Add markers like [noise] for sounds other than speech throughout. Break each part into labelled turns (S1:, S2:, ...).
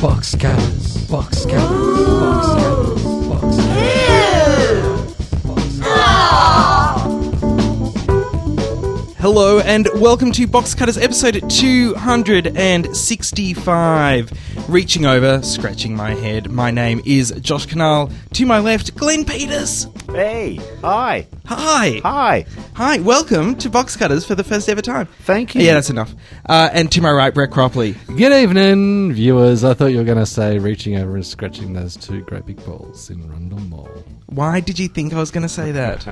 S1: Box scatters. Box scatters. Box scatters. Box scatters.
S2: Hello and welcome to Box Cutters episode 265. Reaching over, scratching my head. My name is Josh Canal. To my left, Glenn Peters.
S3: Hey, hi,
S2: Hi.
S3: hi.
S2: Hi. Welcome to Box Cutters for the first ever time.
S3: Thank you.
S2: Yeah, that's enough. Uh, and to my right, Brett Cropley.
S1: Good evening, viewers. I thought you were going to say reaching over and scratching those two great big balls in Rundle Mall.
S2: Why did you think I was going to say that?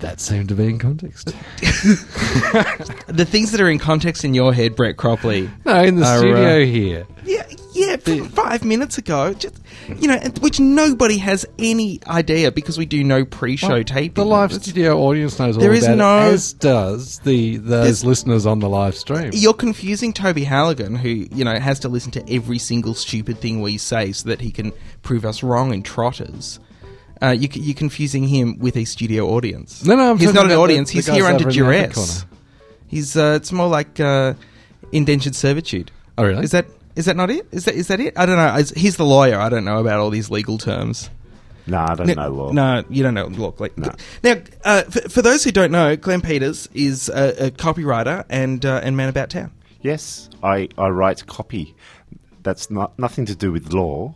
S1: That seemed to be in
S2: [laughs]
S1: context.
S2: the things that are in context in your head, Brett Cropley.
S1: No, in the
S2: All
S1: studio
S2: right.
S1: here.
S2: Yeah, yeah, from five minutes ago. Just you know, which nobody has any idea because we do no pre-show
S1: Well,
S2: taping.
S1: The live studio audience knows all
S2: There is
S1: about
S2: no-
S1: it, as does the those
S2: There's-
S1: listeners on the live stream.
S2: You're confusing Toby Halligan, who you know has to listen to every single stupid thing we say so that he can prove us wrong in trotters. Uh, you, you're confusing him with a studio audience.
S1: No, no, I'm
S2: he's
S1: talking
S2: not an
S1: about the-
S2: audience.
S1: the
S2: he's
S1: guys
S2: here under
S1: over in the other corner.
S2: duress. He's uh, it's more like uh, indentured servitude.
S1: Oh, really?
S2: Is that is that not it? Is that is that it? I don't know. Is- He's the lawyer. I don't know about all these legal terms.
S3: No, I don't know law.
S2: No, you don't know law. Like, Now, uh, for, for those who don't know, Glenn Peters is a, a copywriter and uh, and man about town.
S3: Yes, I, I write copy. That's not nothing to do with law.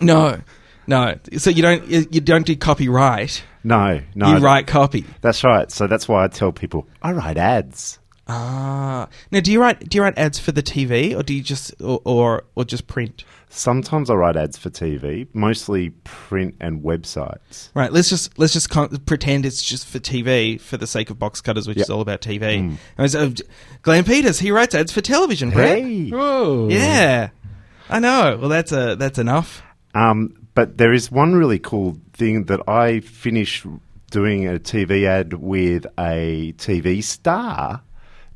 S2: No, no. So you don't you you don't do copyright.
S3: No, no.
S2: You write copy.
S3: That's right. So that's why I tell people I write ads.
S2: Ah. Now, do you write do you write ads for the TV or do you just or or, or just print?
S3: Sometimes I write ads for TV, mostly print and websites.
S2: Right. Let's just let's just con- pretend it's just for TV for the sake of box cutters, which
S3: Yep. Mm.
S2: is all about TV. And so, Glenn Peters, he writes ads for television. Brett.
S3: Hey.
S1: Whoa.
S2: Yeah. I know. Well, that's a that's enough.
S3: Um, but there is one really cool thing that I finished doing a TV ad with a TV star,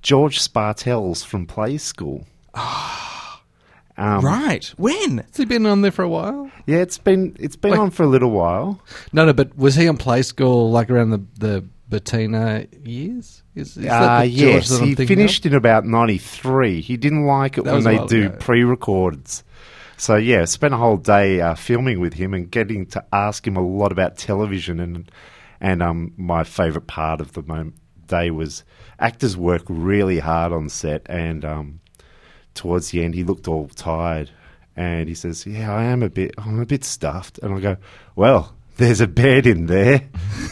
S3: George Spartels from Play School. Um,
S2: Right. When?
S1: Has he been on there for a while?
S3: Yeah, it's been it's been
S1: Like-
S3: on for a little while.
S1: No, no, but was he on Play School like around the, the Bettina years? Is, is
S3: Uh,
S1: the George
S3: yes,
S1: that I'm
S3: he
S1: thinking of?
S3: finished in about '93. He didn't like it
S1: That
S3: when
S1: was a
S3: they
S1: while
S3: do
S1: ago.
S3: pre-records. So yeah, spent a whole day uh, filming with him and getting to ask him a lot about television and and um, my favorite part of the moment day was actors work really hard on set and um, towards the end he looked all tired and he says, "Yeah, I am a bit I'm a bit stuffed." And I go, "Well, there's a bed in there."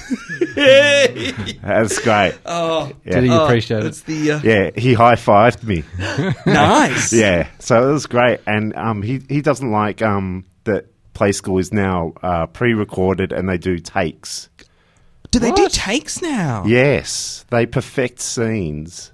S3: [laughs]
S2: [laughs]
S3: That's
S1: [laughs]
S3: great.
S2: Oh,
S3: Yeah.
S1: Did he
S2: oh,
S1: appreciate
S2: That's
S1: it?
S2: the uh,
S3: Yeah, he high fived me.
S2: nice.
S3: [laughs] Yeah, so it was great. And um, he he doesn't like um, that Play School is now uh, pre recorded and they do takes.
S2: Do they do
S1: What?
S2: takes now?
S3: Yes, they perfect scenes.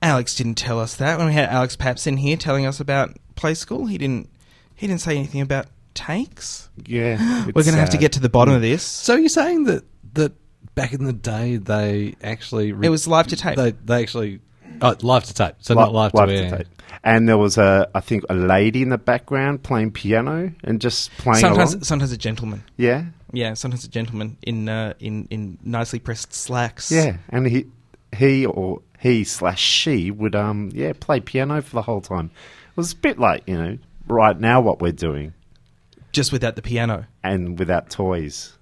S2: Alex didn't tell us that when we had Alex Paps in here telling us about play school. He didn't. He didn't say anything about takes.
S3: Yeah,
S2: [gasps] We're going to have to get to the bottom of this.
S1: So you're saying that that back in the day they actually re-
S2: It was live to tape.
S1: They they actually oh, live to tape, so not live, to air.
S3: And there was a I think a lady in the background playing piano and just playing
S2: Sometimes,
S3: along.
S2: sometimes a gentleman.
S3: Yeah,
S2: Yeah, sometimes a gentleman in uh, in in nicely pressed slacks.
S3: yeah, and he he or he slash she would um yeah play piano for the whole time. It was a bit like you know right now what we're doing.
S2: just without the piano.
S3: and without toys.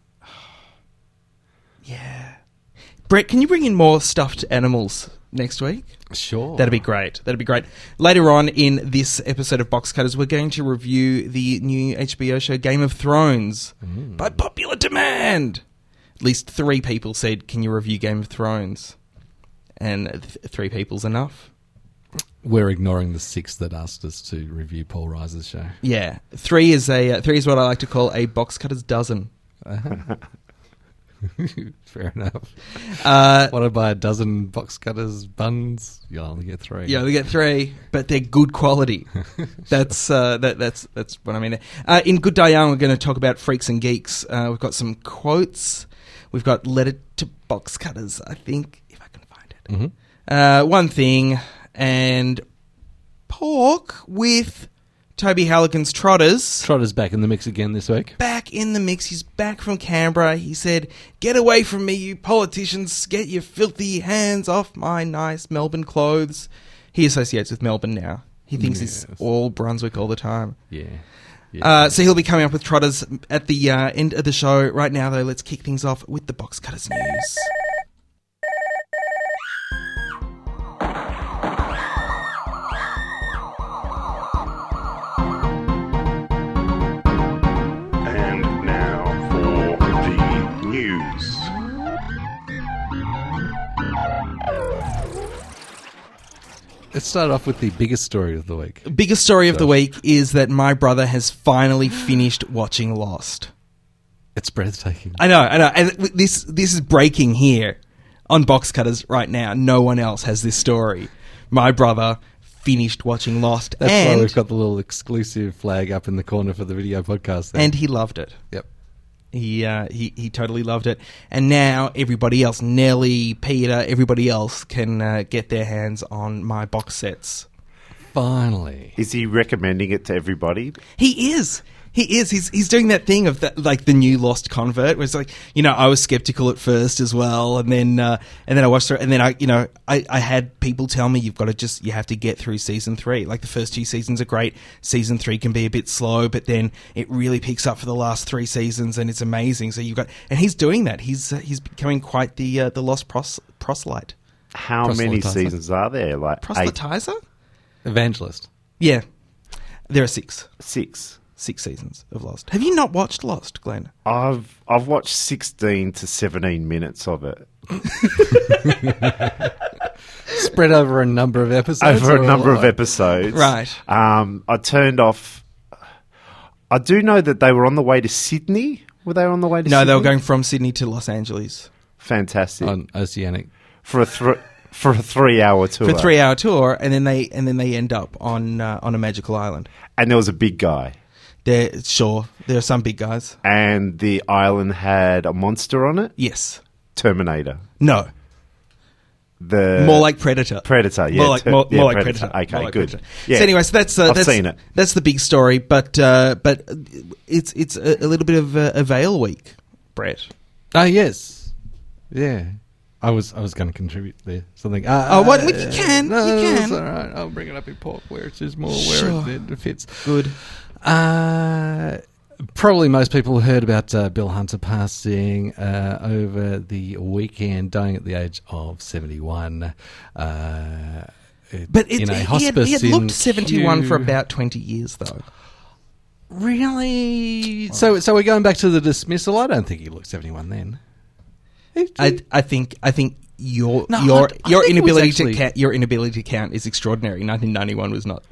S2: Yeah. Brett, can you bring in more stuffed animals next week?
S1: Sure,
S2: That'd be great. That'd be great. Later on in this episode of Box Cutters, we're going to review the new HBO show Game of Thrones by popular demand. At least three people said, "Can you review Game of Thrones?" And th- three people's enough.
S1: we're ignoring the six that asked us to review Paul Reiser's show. [laughs]
S2: Yeah, three is a uh, three is what I like to call a box cutters dozen.
S1: Fair enough.
S2: Uh,
S1: What if I buy a dozen box cutters buns? You'll only get three.
S2: Yeah, we get three, but they're good quality. That's uh, that, that's that's what I mean. Uh, in Good Day Young, we're going to talk about freaks and geeks. Uh, we've got some quotes. We've got letter to box cutters. I think if I can find
S1: Mhm.
S2: it. Uh, one thing and pork with Toby Halligan's trotters.
S1: Trotter's back in the mix again this week.
S2: Back in the mix, he's back from Canberra. He said, "Get away from me, you politicians! Get your filthy hands off my nice Melbourne clothes." He associates with Melbourne now. He thinks he's
S1: Yes.
S2: all Brunswick all the time.
S1: Yeah.
S2: Uh, so he'll be coming up with trotters at the uh, end of the show. Right now, though, let's kick things off with the box cutters news.
S4: And now for the news.
S1: Let's start off with the biggest story of the week.
S2: Biggest story of the week is that my brother has finally finished watching Lost.
S1: It's breathtaking.
S2: I know, I know, and w- this this is breaking here on box cutters right now. No one else has this story. My brother finished watching Lost,
S1: That's why
S2: and
S1: we've got the little exclusive flag up in the corner for the video podcast. There.
S2: and he loved it.
S1: yep.
S2: He, uh, he he totally loved it, and now everybody else, Nelly, Peter, everybody else can uh, get their hands on my box sets.
S1: Finally.
S3: Is he recommending it to everybody?
S2: He is. He is. He's he's doing that thing of that, like the new lost convert, where it's like you know I was skeptical at first as well, and then uh, and then I watched it, and then I you know I, I had people tell me you've got to just you have to get through season three. Like the first two seasons are great. Season three can be a bit slow, but then it really picks up for the last three seasons, and it's amazing. So you've got and he's doing that. He's uh, he's becoming quite the uh, the lost pros- proselyte
S3: How many
S1: Proselytizer.
S3: seasons are there? Like eight,
S2: proselytizer.
S1: Evangelist.
S2: Yeah, there are six
S3: six.
S2: six seasons of Lost. Have you not watched Lost, Glenn?
S3: I've I've watched sixteen to seventeen minutes of it
S1: Spread over a number of episodes.
S3: over
S1: or
S3: a number of
S1: like-
S3: episodes.
S2: Right.
S3: Um, I turned off. I do know that they were on the way to Sydney. Were they on the way to?
S2: No,
S3: Sydney?
S2: they were going from Sydney to Los Angeles
S3: Fantastic
S1: On Oceanic.
S3: for a thr for a three-hour tour.
S2: for a three-hour tour, and then they and then they end up on uh, on a magical island.
S3: and there was a big guy,
S2: There, sure, there are some big guys.
S3: and the island had a monster on it.
S2: Yes,
S3: Terminator.
S2: no,
S3: The
S2: more like Predator.
S3: Uh, Predator. Yeah,
S2: more like
S3: Ter-
S2: more,
S3: yeah,
S2: more like Predator.
S3: Okay,
S2: More like
S3: good.
S2: Predator.
S3: Yeah.
S2: So anyway, so that's uh,
S3: I've
S2: that's
S3: seen it.
S2: that's the big story, but uh, but it's it's a, a little bit of a, a veil week, Brett.
S1: Oh, yes. Yeah. I was I was going to contribute there something. Uh,
S2: Oh, what-
S1: uh,
S2: you can,
S1: No,
S2: you
S1: no,
S2: can.
S1: It's all right. I'll bring it up in port where it's just more
S2: Sure.
S1: where it, it fits.
S2: Good.
S1: Uh, probably most people heard about uh, Bill Hunter passing uh, over the weekend, dying at the age of 71. Uh,
S2: But it,
S1: in a
S2: he, had, he
S1: hospice
S2: had
S1: in
S2: looked seventy-one for
S1: Kew.
S2: about twenty years, though.
S1: Really? So, so we're going back to the dismissal. I don't think he looked 71 then.
S2: I, I think I think your
S1: No,
S2: your
S1: I- I
S2: your
S1: think it was
S2: inability
S1: actually-
S2: to count your inability to count is extraordinary. 1991 was not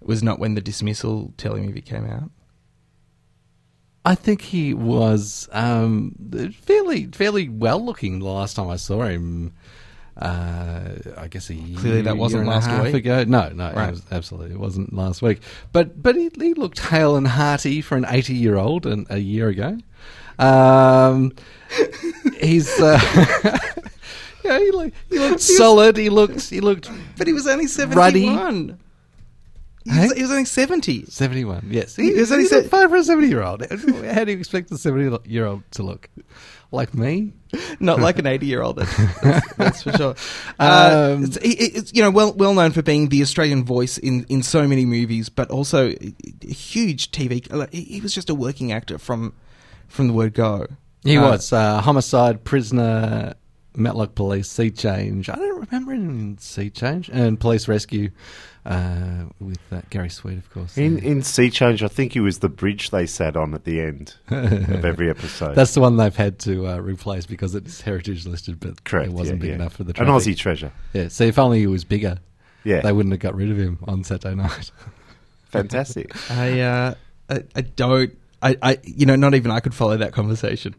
S2: was not when the dismissal telemovie came out.
S1: I think he was um, fairly fairly well looking the last time I saw him. Uh, I guess a year,
S2: Clearly that wasn't
S1: year and
S2: last
S1: a half
S2: week.
S1: ago. No, no, it
S2: Right.
S1: was- absolutely, it wasn't last week. But but he, he looked hale and hearty for an eighty year old and a year ago. Um, [laughs] he's uh, [laughs] yeah, he looked, he looked solid. He looked he looked
S2: But he was only
S1: 71.
S2: He
S1: was-
S2: was only 70.
S1: 71, yes.
S2: He-
S1: He,
S2: is
S1: is
S2: that he
S1: he
S2: said-
S1: fine for a 70 year old. How do you expect a 70 year old to look? Like me?
S2: Not like an 80 year old, [laughs] that's, that's, that's for sure. Uh,
S1: Um,
S2: it's, he- he- it's, you know, well well known for being the Australian voice in, in so many movies, but also a- a huge TV. like, He he was just a working actor from from the word go.
S1: He
S2: Uh,
S1: was. Uh, homicide, prisoner, Matlock Police, Sea Change. I don't remember him in Sea Change. And Police Rescue uh, with uh, Gary Sweet, of course.
S3: in in Sea Change, I think he was the bridge they sat on at the end
S1: [laughs]
S3: of every episode.
S1: That's the one they've had to uh, replace because it's heritage listed, but
S3: correct.
S1: it wasn't
S3: yeah,
S1: big
S3: yeah.
S1: enough for the
S3: an
S1: traffic.
S3: Aussie treasure.
S1: Yeah, so if only he was bigger,
S3: Yeah,
S1: they wouldn't have got rid of him on Saturday night. [laughs]
S3: fantastic.
S2: I, uh, I, I don't. I, I, you know, not even I could follow that conversation.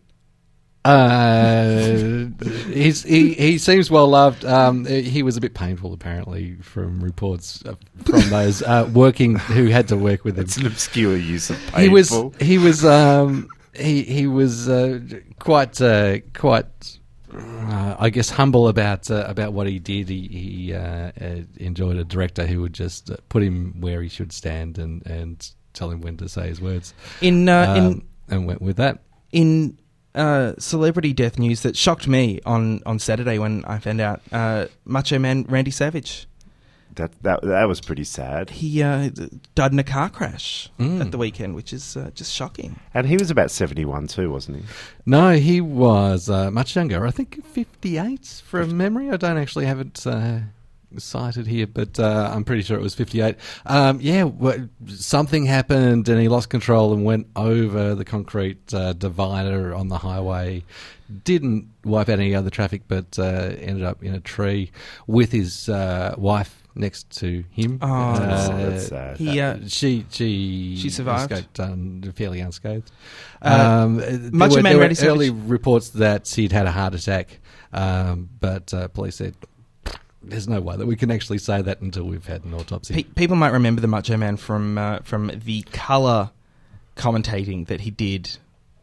S1: Uh, he's, he he seems well loved. Um, he was a bit painful, apparently, from reports uh, from those uh, working who had to work with him.
S3: It's an obscure use of painful.
S1: He was he was um, he he was uh, quite uh, quite. Uh, I guess humble about uh, about what he did. He, he uh, uh, enjoyed a director who would just uh, put him where he should stand and, and tell him when to say his words.
S2: In uh,
S1: Um, and went with that.
S2: in in uh, celebrity death news that shocked me on on Saturday when I found out, uh, Macho Man Randy Savage
S3: that that that was pretty sad.
S2: He uh, died in a car crash at the weekend, which is uh, just shocking.
S3: And he was about seventy one too, wasn't he?
S1: No, he was uh, much younger. I think 58 from memory. I don't actually have it uh, cited here, but uh, I'm pretty sure it was 58. Um, yeah, wha- something happened and he lost control and went over the concrete uh, divider on the highway. Didn't wipe out any other traffic, but uh, ended up in a tree with his uh, wife next to him.
S2: Oh,
S3: That's,
S1: Uh,
S3: that's sad.
S2: He uh,
S1: she she
S2: She survived.
S1: escaped um, fairly unscathed.
S2: Uh,
S1: Um, there
S2: Macho
S1: were,
S2: Man
S1: there were
S2: Randy Savage-
S1: early reports that he'd had a heart attack, um, but uh, police said there's no way that we can actually say that until we've had an autopsy.
S2: Pe- people might remember the Macho Man from uh, from the color commentating that he did.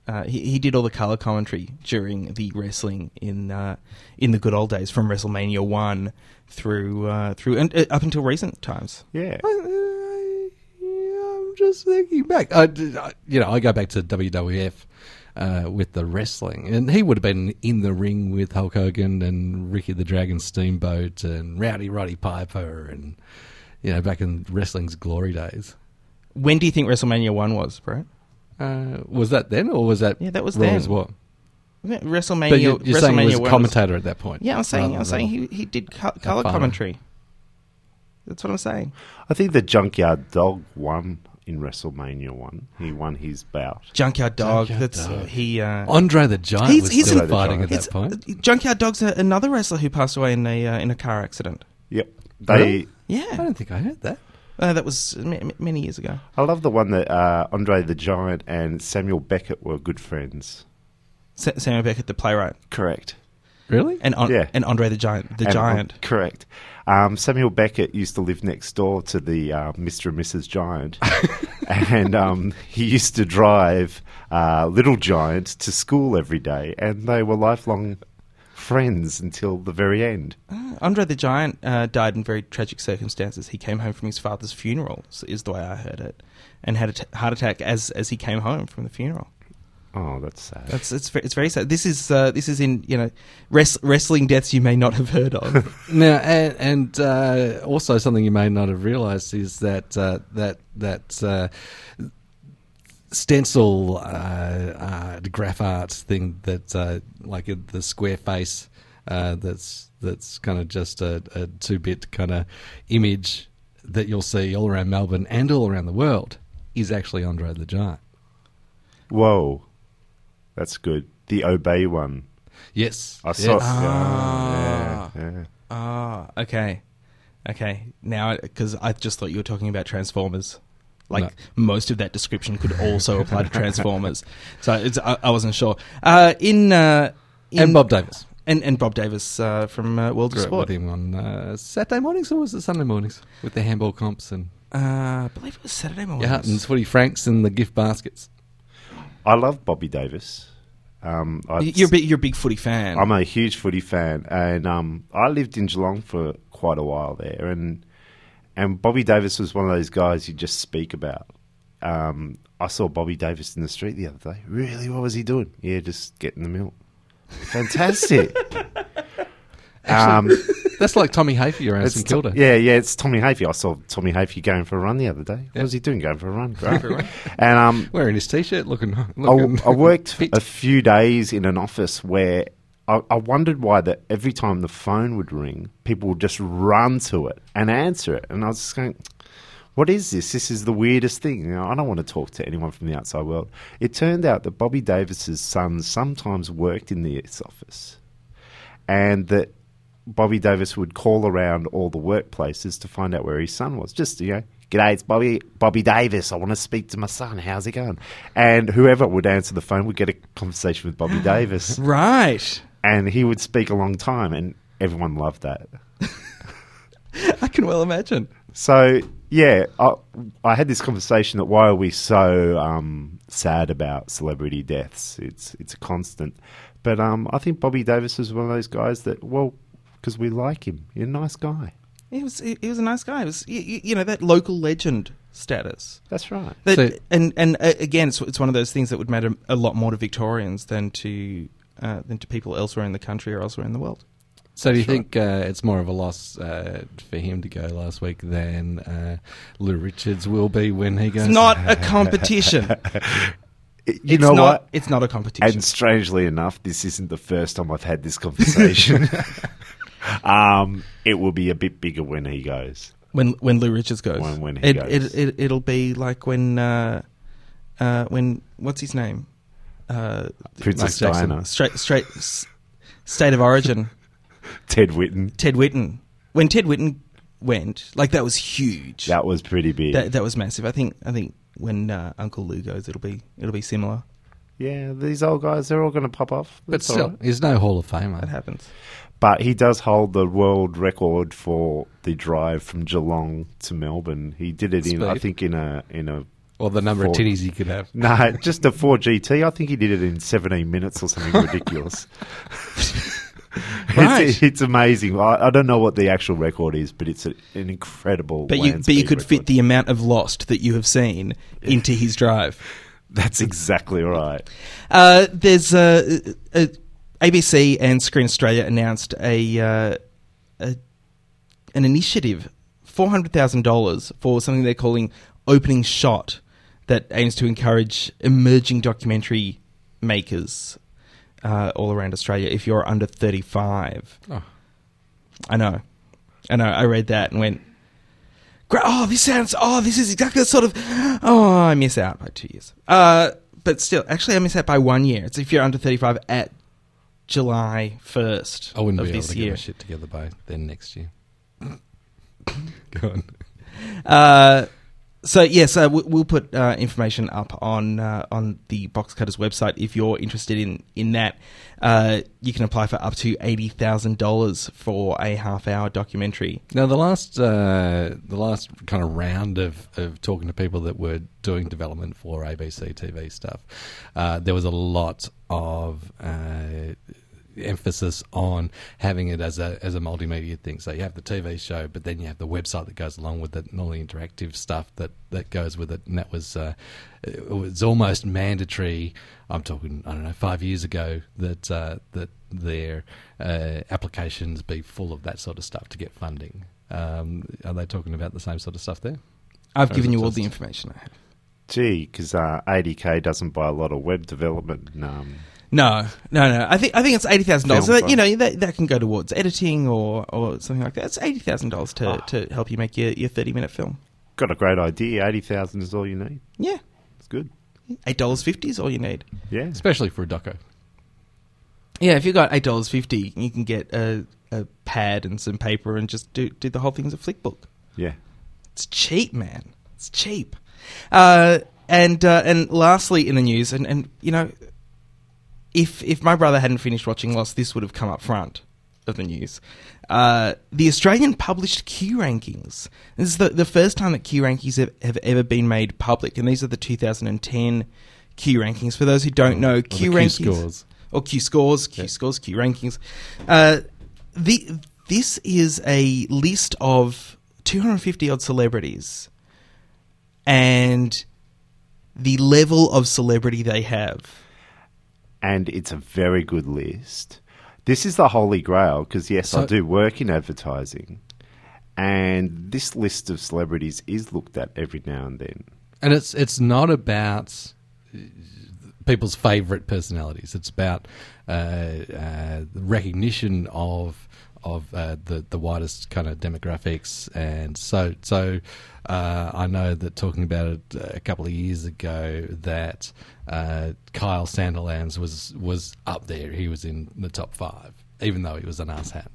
S2: Uh, he, he did all the color commentary during the wrestling in uh, in the good old days, from WrestleMania one through uh, through and uh, up until recent times.
S3: Yeah.
S1: I, I, uh, I'm just thinking back. I, I- you know, I go back to WWF uh, with the wrestling, and he would have been in the ring with Hulk Hogan and Ricky the Dragon Steamboat and Rowdy Roddy Piper, and you know, back in wrestling's glory days.
S2: When do you think WrestleMania one was, Brett?
S1: Uh, was that then, or was that
S2: Yeah, that was
S1: Raw
S2: then.
S1: as well?
S2: Wasn't it
S1: But
S2: WrestleMania.
S1: you, you're
S2: WrestleMania
S1: saying he was a
S2: 1 was-
S1: commentator at that point.
S2: Yeah, I'm saying
S1: rather
S2: I'm
S1: than-
S2: saying he he did co- color
S1: far.
S2: commentary. That's what I'm saying.
S3: I think the Junkyard Dog won in WrestleMania one. He won his bout.
S2: Junkyard Dog.
S1: Junkyard
S2: that's
S1: Dog.
S2: he. Uh,
S1: Andre the Giant
S2: He's-
S1: was
S2: he's
S1: still
S3: a-
S1: fighting at
S2: It's-
S1: that point.
S2: uh, Junkyard Dog's a, another wrestler who passed away in a uh, in a car accident.
S3: Yep. They
S1: Really? I
S2: Yeah,
S1: don't think I heard that.
S2: uh, that was m- m- many years ago.
S3: I love the one that uh, Andre the Giant and Samuel Beckett were good friends.
S2: Sa- Samuel Beckett, the playwright,
S3: Correct.
S1: Really?
S2: and on-
S3: Yeah.
S2: and Andre the Giant, the
S3: And-
S2: Giant.
S3: correct. Um, Samuel Beckett used to live next door to the uh, Mr. and Mrs.
S2: [laughs]
S3: Giant. and um, he used to drive uh, Little Giant to school every day. And they were lifelong friends until the very end.
S2: Uh, Andre the Giant uh, died in very tragic circumstances. He came home from his father's funeral, s- is the way I heard it, and had a t- heart attack as as he came home from the funeral.
S3: Oh, that's sad.
S2: That's it's ve- it's very sad. This is uh, this is in you know res- wrestling deaths you may not have heard of.
S1: Now, and, and uh, also something you may not have realised is that uh, that that uh, stencil uh, uh, graph art thing that uh, like uh, the square face uh, that's that's kind of just a, a two bit kind of image that you'll see all around Melbourne and all around the world is actually Andre the Giant.
S3: Whoa. That's good. The Obey one.
S1: Yes,
S3: I saw.
S1: Yes.
S2: Ah.
S3: Yeah, yeah.
S2: Ah, okay, okay. Now, because I just thought you were talking about Transformers. Like most of that description could also apply to Transformers, so it's, I, I wasn't sure. Uh, in, uh, in
S1: and Bob Davis.
S2: and, and Bob Davis uh, from uh, World of
S1: Grew up
S2: Sport.
S1: with him on uh, Saturday mornings or was it Sunday mornings with the handball comps and
S2: Uh, I believe it was Saturday morning.
S1: Yeah, and Footy Franks and the gift baskets.
S3: I love Bobby Davis. Um, I've
S2: You're a big, you're a big footy fan.
S3: I'm a huge footy fan, and um, I lived in Geelong for quite a while there, and and Bobby Davis was one of those guys you just speak about. Um, I saw Bobby Davis in the street the other day. Really, what was he doing? Yeah, just getting the milk.
S2: [laughs]
S3: Fantastic. um,
S1: That's like Tommy Hafey around St Kilda.
S3: yeah, yeah, it's Tommy Hafey. I saw Tommy Hafey going for a run the other day. What
S1: Yeah.
S3: was he doing going for a run?
S2: for a run.
S3: and um,
S1: Wearing his t-shirt, looking. [laughs] looking
S3: I, I worked
S1: fit.
S3: a few days in an office where I, I wondered why that every time the phone would ring, people would just run to it and answer it. And I was just going, what is this? This is the weirdest thing. You know, I don't want to talk to anyone from the outside world. It turned out that Bobby Davis's son sometimes worked in this office and that Bobby Davis would call around all the workplaces to find out where his son was. Just you know, g'day, it's Bobby Bobby Davis. I want to speak to my son. How's it going? And whoever would answer the phone would get a conversation with Bobby Davis,
S2: right.
S3: and he would speak a long time, and everyone loved that.
S2: I can well imagine.
S3: So yeah, I, I had this conversation that why are we so um, sad about celebrity deaths? It's it's a constant, but um, I think Bobby Davis is one of those guys that well, because we like him, he's a nice guy.
S2: He was he, he was a nice guy. He was you, you know that local legend status.
S3: That's right.
S2: That,
S1: So-
S2: and and uh, again, it's, it's one of those things that would matter a lot more to Victorians than to uh, than to people elsewhere in the country or elsewhere in the world.
S1: So do you think uh, it's more of a loss uh, for him to go last week than uh, Lou Richards will be when he goes?
S2: It's not a competition.
S3: [laughs] You
S2: it's
S3: know
S2: not,
S3: what?
S2: It's not a competition.
S3: And strangely enough, this isn't the first time I've had this conversation. um, it will be a bit bigger when he goes.
S2: when when Lou Richards goes,
S3: When- when he
S2: it,
S3: goes.
S2: It, it it'll be like when uh, uh, when what's his name? Uh,
S3: Princess
S1: Mike Jackson.
S3: Diana,
S2: straight straight s- state of origin.
S3: Ted Whitten.
S2: Ted Whitten. When Ted Whitten went, like that was huge.
S3: That was pretty big.
S2: that, that was massive. I think I think when uh, Uncle Lou goes, it'll be it'll be similar.
S3: yeah, these old guys, they're all going to pop off.
S1: But
S3: That's all
S1: still,
S3: right.
S1: he's no Hall of
S2: That
S1: Famer.
S2: happens.
S3: But he does hold the world record for the drive from Geelong to Melbourne. He did it in, I
S1: Speed.
S3: think, in a in a
S1: Or the number
S3: Four.
S1: of tinnies he could have.
S3: no, [laughs] just a four GT. I think he did it in seventeen minutes or something ridiculous. [laughs]
S2: Right.
S3: It's, it's amazing. I, I don't know what the actual record is, but it's a, an incredible.
S2: But
S3: land
S2: you but you
S3: speed
S2: could fit
S3: record.
S2: the amount of lost that you have seen into his drive.
S3: That's exactly right.
S2: Uh, there's uh, uh, uh, ABC and Screen Australia announced a, uh, a an initiative, four hundred thousand dollars for something they're calling Opening Shot, that aims to encourage emerging documentary makers uh, all around Australia. If you're under thirty five,
S1: Oh.
S2: I know, I know. I read that and went. "Gra- Oh, this sounds. Oh, this is exactly the sort of. Oh, I miss out by two years. Uh, but still, actually, I miss out by one year. It's if you're under 35 at July 1st
S1: I wouldn't
S2: of
S1: be able
S2: this
S1: to get
S2: year.
S1: my shit together by then next year. [coughs] Go on.
S2: Uh, so yes, uh, we- we'll put uh, information up on uh, on the Box Cutters website if you're interested in in that. Uh, you can apply for up to eighty thousand dollars for a half hour documentary.
S1: Now the last uh, the last kind of round of, of talking to people that were doing development for ABC TV stuff, uh, there was a lot of uh, emphasis on having it as a as a multimedia thing. So you have the TV show, but then you have the website that goes along with it, and all the interactive stuff that, that goes with it. And that was uh, it was almost mandatory. I'm talking I don't know five years ago that uh, that their uh, applications be full of that sort of stuff to get funding. Um, are they talking about the same sort of stuff there?
S2: I've
S1: Or is
S2: given
S1: it
S2: you all
S1: just-
S2: the information I have.
S3: Gee, because eighty k doesn't buy a lot of web development. and, um,
S2: No, no, no. I think I think it's eighty thousand dollars. So
S3: Film
S2: that, you know that that can go towards editing or or something like that. It's eighty thousand dollars to
S3: Ah.
S2: to help you make your your thirty minute film.
S3: got a great idea. Eighty thousand is all you need.
S2: Yeah,
S3: It's good.
S2: eight dollars fifty is all you need.
S3: Yeah.
S1: Especially for a doco.
S2: Yeah, if you got eight dollars fifty, you can get a, a pad and some paper and just do do the whole thing as a flick book.
S3: Yeah.
S2: It's cheap, man. It's cheap. Uh, and uh, and lastly, in the news, and, and you know, if if my brother hadn't finished watching Lost, this would have come up front of the news. Uh, the Australian published Q rankings. This is the, the first time that Q rankings have, have ever been made public, and these are the 2010 Q rankings. For those who don't know,
S1: the
S2: Q
S1: Q
S2: rankings
S1: scores.
S2: or Q scores, Q
S1: Yeah.
S2: scores, Q rankings. Uh, the this is a list of 250 odd celebrities and the level of celebrity they have.
S3: and it's a very good list. This is the holy grail because, yes, I
S1: So-
S3: do work in advertising, and this list of celebrities is looked at every now and then.
S1: And it's it's not about uh, people's favourite personalities. It's about uh, uh, recognition of of uh, the the widest kind of demographics. And so so uh, I know that talking about it uh, a couple of years ago that uh, Kyle Sanderlands was was up there. He was in the top five, even though he was an asshat.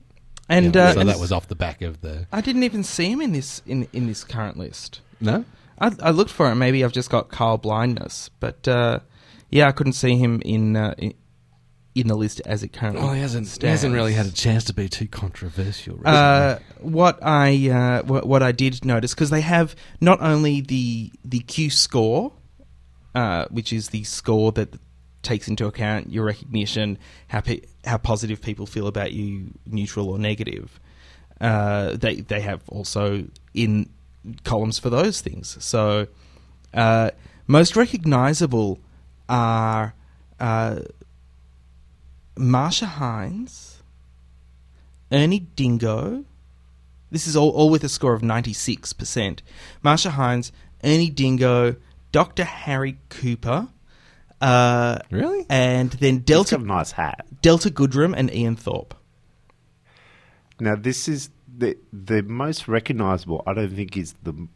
S2: And
S1: Yeah,
S2: uh,
S1: so
S2: and
S1: that was off the back of the
S2: I didn't even see him in this in, in this current list.
S1: no.
S2: I, I looked for him. Maybe I've just got Carl blindness, but uh, yeah, I couldn't see him in uh, in, in the list as it currently.
S1: Well, Oh, he hasn't he
S2: stands.
S1: hasn't really had a chance to be too controversial. Recently.
S2: Uh, what I uh, what, what I did notice because they have not only the the Q score, uh, which is the score that takes into account your recognition, how pe- how positive people feel about you, neutral or negative. Uh, they they have also in columns for those things. So uh, most recognizable are uh, Marsha Hines, Ernie Dingo. This is all, all with a score of 96%. Marsha Hines, Ernie Dingo, Dr. Harry Cooper, uh,
S1: Really?
S2: and then
S3: He's got
S2: Delta,
S3: a nice hat.
S2: Delta Goodrum and Ian Thorpe.
S3: Now, this is the the most recognizable. I don't think is the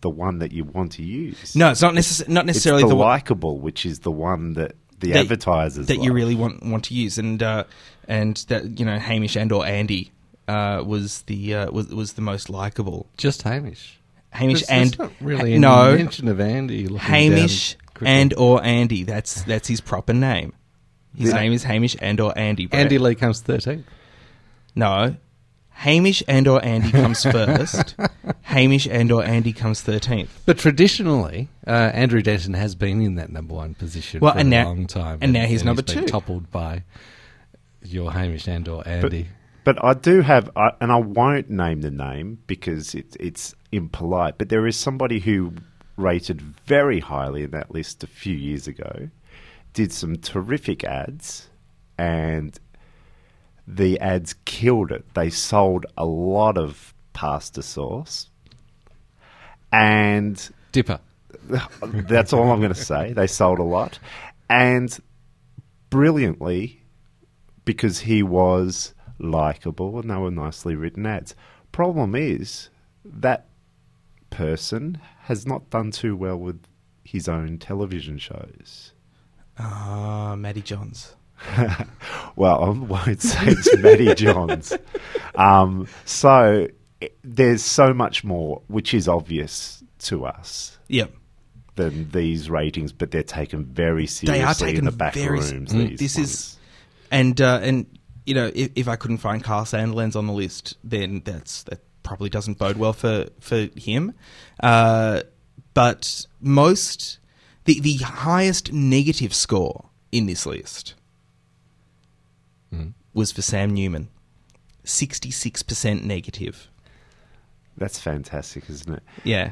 S3: the one that you want to use.
S2: No, it's not, necess- not
S3: it's
S2: necessarily
S3: the,
S2: the, one
S3: likable, which is the one that the
S2: That-
S3: advertisers
S2: that you
S3: like.
S2: really want want to use, and uh, and that you know Hamish and or Andy uh, was the uh, was was the most likable.
S1: Just Hamish.
S2: Hamish
S1: There's-
S2: and
S1: there's not really any
S2: no
S1: mention of Andy. looking
S2: Hamish
S1: down quickly.
S2: and or Andy. That's that's his proper name. His
S3: Yeah.
S2: name is Hamish and or Andy. Brad.
S1: Andy Lee comes thirteenth.
S2: No. Hamish and or Andy
S1: [laughs]
S2: comes first. Hamish and or Andy comes thirteenth.
S1: But traditionally, uh, Andrew Denton has been in that number one position
S2: Well,
S1: for
S2: and
S1: a
S2: now-
S1: long time,
S2: and now he's number
S1: been
S2: two.
S1: toppled by your Hamish and or
S3: But,
S1: Andy.
S3: but I do have, I, and I won't name the name because it, it's impolite. But there is somebody who rated very highly in that list a few years ago, did some terrific ads, and the ads killed it. They sold a lot of pasta sauce, and
S1: Dipper.
S3: that's all I'm going to say. They sold a lot. And brilliantly, because he was likable and they were nicely written ads. Problem is, that person has not done too well with his own television shows.
S2: Ah, Maddie Johns.
S3: Well, I won't say it's Matty Johns. Um, so it, there's so much more, which is obvious to us.
S2: Yep.
S3: than these ratings, but they're taken very seriously
S2: They are taken
S3: in the back
S2: very s-
S3: rooms.
S2: Mm.
S3: These
S2: This is,
S3: ones.
S2: and uh, and you know, if, if I couldn't find Carl Sandilands on the list, then that's that probably doesn't bode well for for him. Uh, but most the the highest negative score in this list
S3: Mm.
S2: was for Sam Newman, sixty six percent negative.
S3: that's fantastic, isn't it?
S2: Yeah.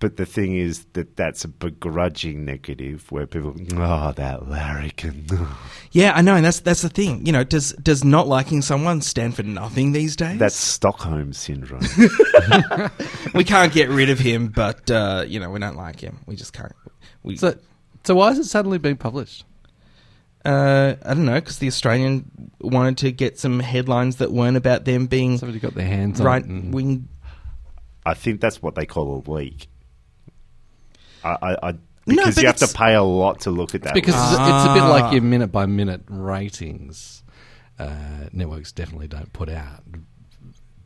S3: But the thing is that that's a begrudging negative where people, oh, that larrikin.
S2: Yeah, I know, and that's that's the thing. You know, does does not liking someone stand for nothing these days?
S3: [laughs] that's
S2: [laughs]
S3: Stockholm syndrome.
S2: we can't get rid of him, but uh, you know we don't like him. We just can't. We,
S1: So, so why has it suddenly been published?
S2: uh, I don't know because the Australian wanted to get some headlines that weren't about them being
S1: Somebody got their hands
S2: right
S1: on it. and-
S3: Mm-hmm.
S2: wing.
S3: I think that's what they call a leak. I, I, I
S2: No,
S3: because
S2: but
S3: you have to
S2: it's-
S3: pay a lot to look at that.
S1: because
S3: list.
S1: it's, it's a bit
S2: Ah.
S1: like your minute by minute ratings. Uh, networks definitely don't put out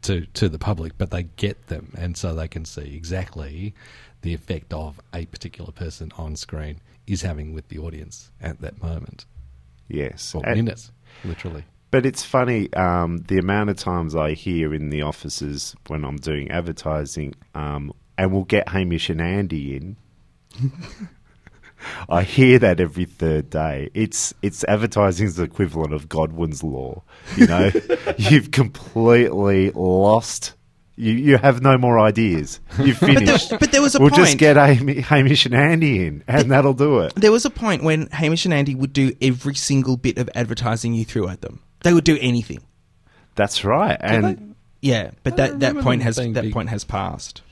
S1: to to the public, but they get them, and so they can see exactly the effect of a particular person on screen is having with the audience at that moment
S3: yes,
S1: or
S3: And-
S1: minutes, literally.
S3: But it's funny um, the amount of times I hear in the offices when I'm doing advertising, um, and we'll get Hamish and Andy in. [laughs] I hear that every third day. It's it's advertising's equivalent of Godwin's law.
S2: [laughs]
S3: You know, you've completely lost. You you have no more ideas. You've finished.
S2: [laughs] But there was a
S3: we'll
S2: point.
S3: just get Amy, Hamish and Andy in, and that'll do it.
S2: there was a point when Hamish and Andy would do every single bit of advertising you threw at them. They would do anything.
S3: That's right. And
S2: Yeah, but
S1: I
S2: that, that
S1: remember
S2: point
S1: them
S2: has
S1: being
S2: that
S1: big.
S2: point has passed.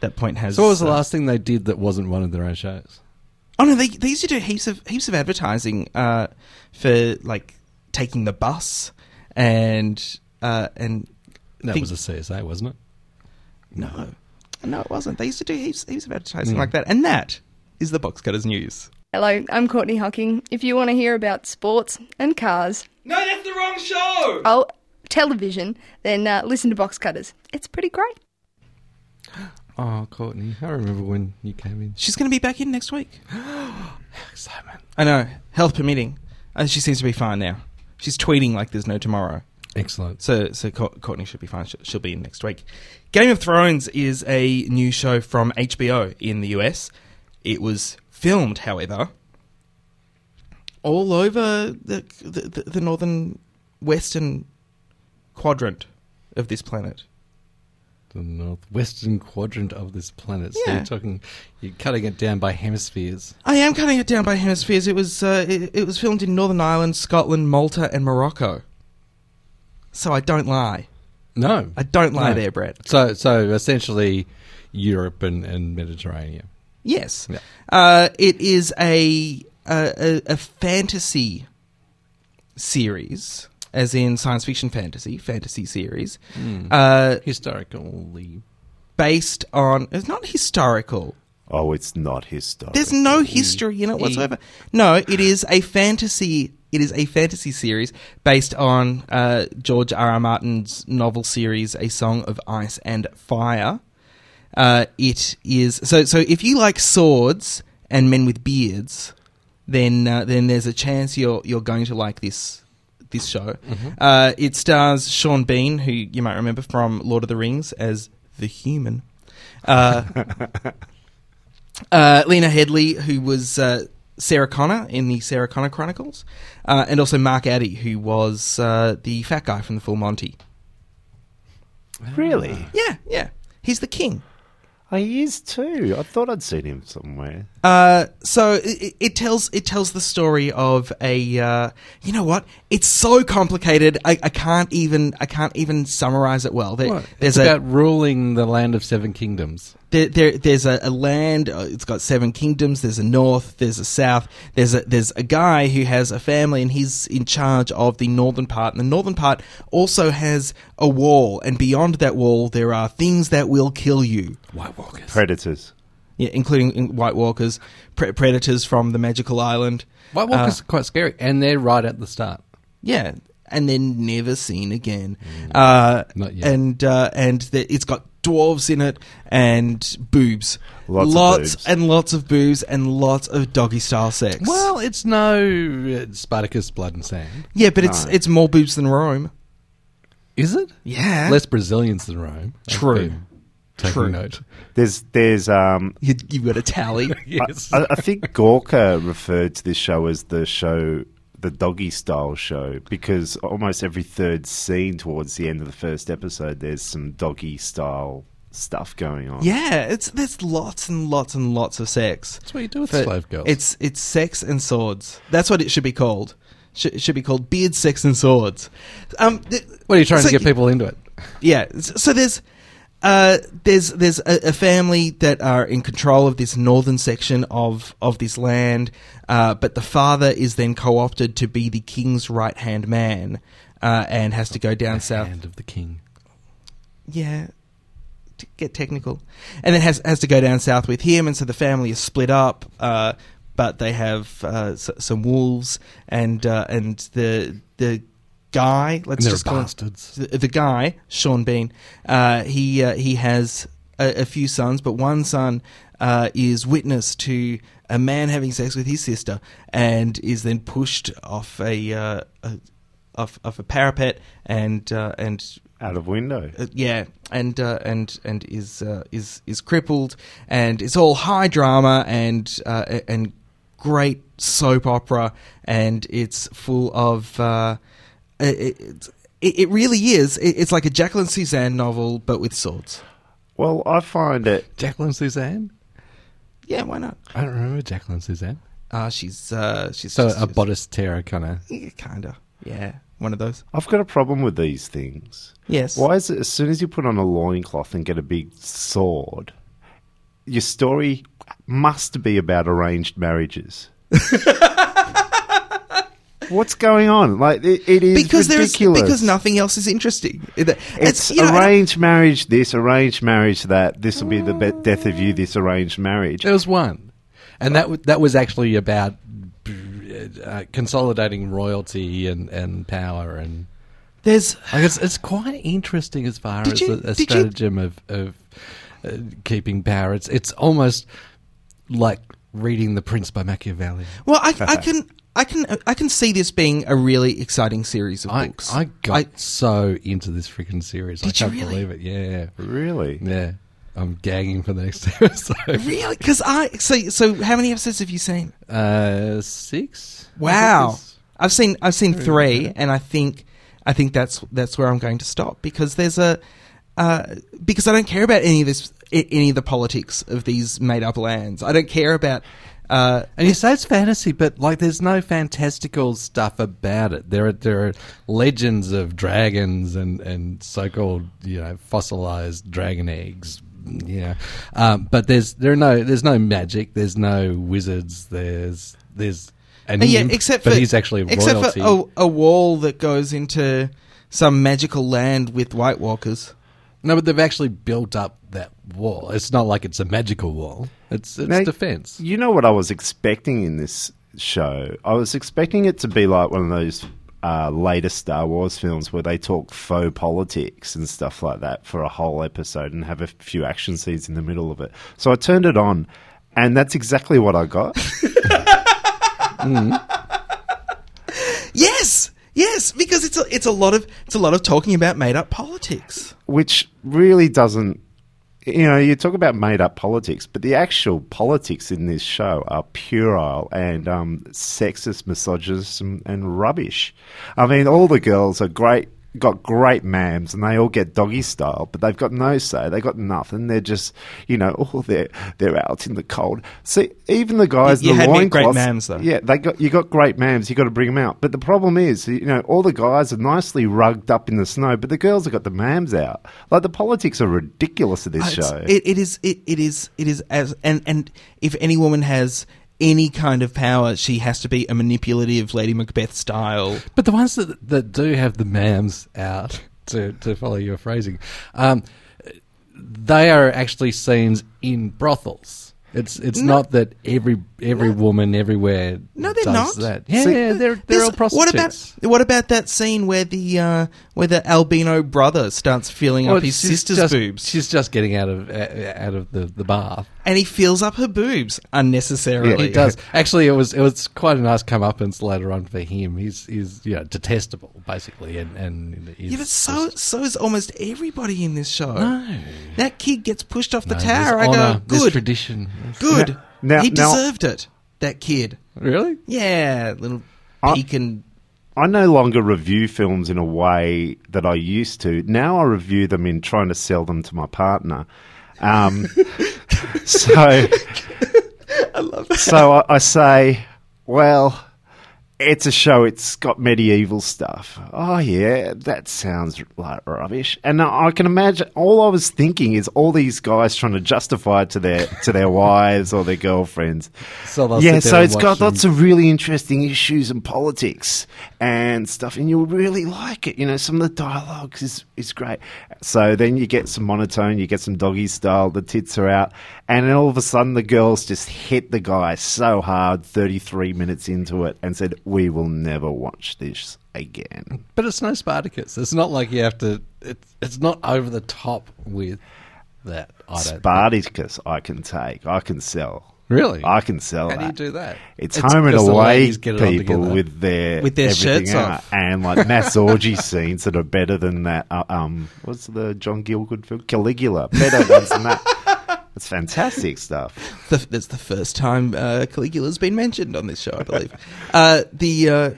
S2: That point has.
S1: So, what was the
S2: uh,
S1: last thing they did that wasn't one of their own shows?
S2: Oh no, they they used to do heaps of heaps of advertising uh, for like taking the bus and uh, and
S1: That
S2: think-
S1: was a CSA, wasn't it?
S2: no, no, it wasn't. They used to do heaps heaps of advertising like that, and that is the box cutters news.
S5: Hello, I'm Courtney Hocking. If you want to hear about sports and cars,
S2: No, that's the wrong show.
S5: oh, television, then uh, listen to Box Cutters. It's pretty great.
S1: Oh, Courtney, I remember when you came in.
S2: She's going to be back in next week.
S1: Simon.
S2: I know, health permitting. Uh, she seems to be fine now. She's tweeting like there's no tomorrow.
S1: Excellent.
S2: So, so Co- Courtney should be fine. She'll, she'll be in next week. Game of Thrones is a new show from HBO in the US. It was filmed, however, all over the the, the, the northern western quadrant of this planet.
S1: the northwestern quadrant of this planet. So
S2: Yeah.
S1: you're talking, you're cutting it down by hemispheres.
S2: I am cutting it down by hemispheres. It was uh, it, it was filmed in Northern Ireland, Scotland, Malta, and Morocco. so I don't lie.
S1: No,
S2: I don't lie
S1: No.
S2: there, Brett.
S1: So, so essentially, Europe and, and Mediterranean.
S2: Yes.
S1: Yeah.
S2: Uh, it is a, a, a, a fantasy series, as in science fiction fantasy, fantasy series, uh,
S1: Historically,
S2: based on. It's not historical.
S3: Oh, it's not his stuff.
S2: There's no history in it whatsoever. No, it is a fantasy. It is a fantasy series based on uh, George R. R. Martin's novel series, A Song of Ice and Fire. Uh, it is so. So if you like swords and men with beards, then uh, then there's a chance you're you're going to like this this show. Uh, it stars Sean Bean, who you might remember from Lord of the Rings as the Human. Uh, uh, Lena Headley, who was uh, Sarah Connor in the Sarah Connor Chronicles, uh, and also Mark Addy, who was uh, the fat guy from the Full Monty.
S3: really.
S2: Yeah, yeah, he's the king.
S3: Oh, he is too. I thought I'd seen him somewhere.
S2: Uh, so it, it tells it tells the story of a uh, you know what it's so complicated I, I can't even I can't even summarize it well. There,
S1: What?
S2: There's
S1: it's
S2: a
S1: about ruling the land of seven kingdoms.
S2: there, there there's a, a land. uh, It's got seven kingdoms. There's a north. There's a south. There's a there's a guy who has a family and he's in charge of the northern part. And the northern part also has a wall. And beyond that wall, there are things that will kill you,
S1: White Walkers.
S3: Predators.
S2: yeah, including in- White Walkers, pre- predators from the magical island. Uh,
S1: White Walkers are quite scary, and they're right at the start.
S2: Yeah, and then never seen again. Uh,
S1: Not yet.
S2: And uh, and the, it's got dwarves in it and boobs,
S3: Lots of boobs.
S2: and lots of boobs and lots of doggy style sex.
S1: Well, it's no uh, Spartacus, Blood and Sand,
S2: yeah, but it's
S3: no.
S2: it's more boobs than Rome.
S1: is it?
S2: Yeah,
S1: Less Brazilians than Rome. I've
S2: True.
S1: been Taking
S2: True.
S1: note.
S3: There's there's um.
S2: you, you've got a tally.
S1: Yes.
S3: I, I think Gorka referred to this show as the show, the doggy style show, because almost every third scene towards the end of the first episode, there's some doggy style stuff going on.
S2: yeah, it's there's lots and lots and lots of sex.
S1: That's what you do with
S2: But
S1: slave girls.
S2: It's it's sex and swords. That's what it should be called. Sh- it should be called beard, sex, and swords. Um, th-
S1: what are you trying
S2: so
S1: to get
S2: y-
S1: people into it?
S2: Yeah. s- So there's uh, there's there's a, a family that are in control of this northern section of of this land, uh, but the father is then co-opted to be the king's right hand man, uh, and has to go down south.
S1: Hand of the king.
S2: Yeah. To get technical, and then has has to go down south with him, and so the family is split up. Uh, but they have uh, s- some wolves, and uh, and the the guy. Let's
S1: And they're
S2: just call him-
S1: bastards.
S2: the, the guy, Sean Bean, uh, he uh, he has a, a few sons, but one son uh, is witness to a man having sex with his sister, and is then pushed off a, uh, a off, off a parapet, and uh, and
S3: Out of window.
S2: uh, yeah, and uh, and and is uh, is is crippled, and it's all high drama and uh, a- and great soap opera, and it's full of. Uh, it, it, it it really is. It, it's like a Jacqueline Suzanne novel, but with swords.
S3: Well, I find it.
S1: Jacqueline Suzanne?
S2: Yeah, why not?
S1: I don't remember Jacqueline Suzanne.
S2: Ah, she's uh, she's
S1: So
S2: just-
S1: a bodice terror kind of.
S2: yeah, kinda. Yeah, one of those.
S3: I've got a problem with these things.
S2: Yes.
S3: Why is it as soon as you put on a loincloth and get a big sword, your story must be about
S2: [laughs]
S3: arranged marriages? What's going on? Like it, it is
S2: Because there's
S3: ridiculous.
S2: because nothing else is interesting. It's,
S3: It's
S2: you know, and I-
S3: arranged marriage this, arranged marriage that. This will be the be- death of you, this arranged marriage.
S1: There was one, and that w- that was actually about uh, consolidating royalty and, and power and
S2: There's
S1: like it's it's quite interesting as far
S2: Did
S1: as a,
S2: you-
S1: a
S2: did you-
S1: stratagem of of uh, keeping power. It's it's almost like reading The Prince by Machiavelli.
S2: Well, I,
S1: [laughs]
S2: I can I can I can see this being a really exciting series of
S1: I,
S2: books.
S1: I got so into this freaking series. I
S2: Did you
S1: can't
S2: really?
S1: believe it. Yeah,
S3: Really?
S1: yeah. I'm gagging for the next [laughs] episode.
S2: really because I so so how many episodes have you seen?
S1: Uh, six. I think
S2: Wow,
S1: it's-
S2: I've seen I've seen three, and I think I think that's that's where I'm going to stop because there's a uh, because I don't care about any of this a- any of the politics of these made up lands. I don't care about. Uh,
S1: And you say it's fantasy, but like there's no fantastical stuff about it. There are there are legends of dragons and, and so called you know fossilized dragon eggs. Yeah, um, but there's there are no there's no magic. There's no wizards. There's there's an
S2: yeah,
S1: imp,
S2: except for
S1: Mm, but he's actually royalty.
S2: except for oh. a, a wall that goes into some magical land with White Walkers.
S1: no, but they've actually built up that wall. It's not like it's a magical wall. It's it's
S3: Now,
S1: defense.
S3: You know what I was expecting in this show? I was expecting it to be like one of those uh, later Star Wars films where they talk faux politics and stuff like that for a whole episode and have a few action scenes in the middle of it. So I turned it on, and that's exactly what I got.
S2: Yes, yes, because it's a, it's a lot of it's a lot of talking about made up politics.
S3: which really doesn't. You know, you talk about made up politics, but the actual politics in this show are puerile and um, sexist, misogynist, and, and rubbish. I mean, all the girls are great, got great mams, and they all get doggy style, but they've got no say. They got nothing. They're just, you know, [laughs] oh, they're they're out in the cold. See, even the guys,
S2: You- you
S3: in the
S2: had me at great
S3: loincloths-
S2: mams, though.
S3: yeah, they got you got great mams. You got to bring them out. But the problem is, you know, all the guys are nicely rugged up in the snow, but the girls have got the mams out. Like the politics are ridiculous of this
S2: Oh, It's-
S3: show.
S2: It, it is it, it is it is as and and if any woman has any kind of power, she has to be a manipulative Lady Macbeth style.
S1: But the ones that that do have the mams out, to to follow your phrasing, um, they are actually scenes in brothels. It's it's
S2: No.
S1: not that every every woman everywhere
S2: No, they're
S1: does
S2: not.
S1: that. Yeah,
S3: See-
S1: yeah, they're they're
S2: This-
S1: all prostitutes.
S2: What about what about that scene where the uh, where the albino brother starts filling
S1: Well,
S2: up his
S1: she's
S2: sister's
S1: just-
S2: boobs,
S1: She's just getting out of uh, out of the, the bath.
S2: and he fills up her boobs unnecessarily?
S1: He does actually. It was it was quite a nice comeuppance later on for him. He's he's you know, detestable basically, and and he's
S2: [laughs] Yeah, but so so is almost everybody in this show.
S1: No.
S2: That kid gets pushed off the
S1: just-
S2: tower. I
S1: there's
S2: go,
S1: honour, there's
S2: good,
S1: tradition.
S2: good.
S3: Now-
S2: he
S3: now-
S2: deserved it. That kid.
S1: Really?
S2: Yeah, little
S3: I-
S2: peek and
S3: I no longer review films in a way that I used to. Now I review them in trying to sell them to my partner. [laughs] Um, so I love that. So I, I say, well, it's a show. It's got medieval stuff. Oh yeah, that sounds like rubbish. And I I can imagine. All I was thinking is all these guys trying to justify it to their to their [laughs] wives or their girlfriends
S1: So they'll
S3: yeah,
S1: sit there
S3: so
S1: and
S3: it's
S1: watch
S3: got
S1: them.
S3: lots of really interesting issues and politics and stuff, and you'll really like it. You know, some of the dialogue is, is great. So then you get some monotone, you get some doggy style, the tits are out, and then all of a sudden the girls just hit the guy so hard 33 minutes into it and said, We will never watch this again.
S1: But it's no Spartacus. It's not like you have to. It's it's not over the top with that. I don't
S3: Spartacus, I can take, I can sell.
S1: really.
S3: I can sell
S1: How do
S3: that.
S1: you do that?
S3: It's, home and
S1: because the
S3: away
S1: ladies get it on
S3: people
S1: together.
S3: with their
S2: With their
S3: everything
S2: shirts
S3: out.
S2: off.
S3: and like
S2: [laughs]
S3: mass orgy scenes that are better than that. Uh, um, what's the John Gielgud film? Caligula, better ones than that.
S2: [laughs]
S3: It's fantastic stuff.
S2: the, that's the first time uh, Caligula's been mentioned on this show, I believe. [laughs] uh, the uh,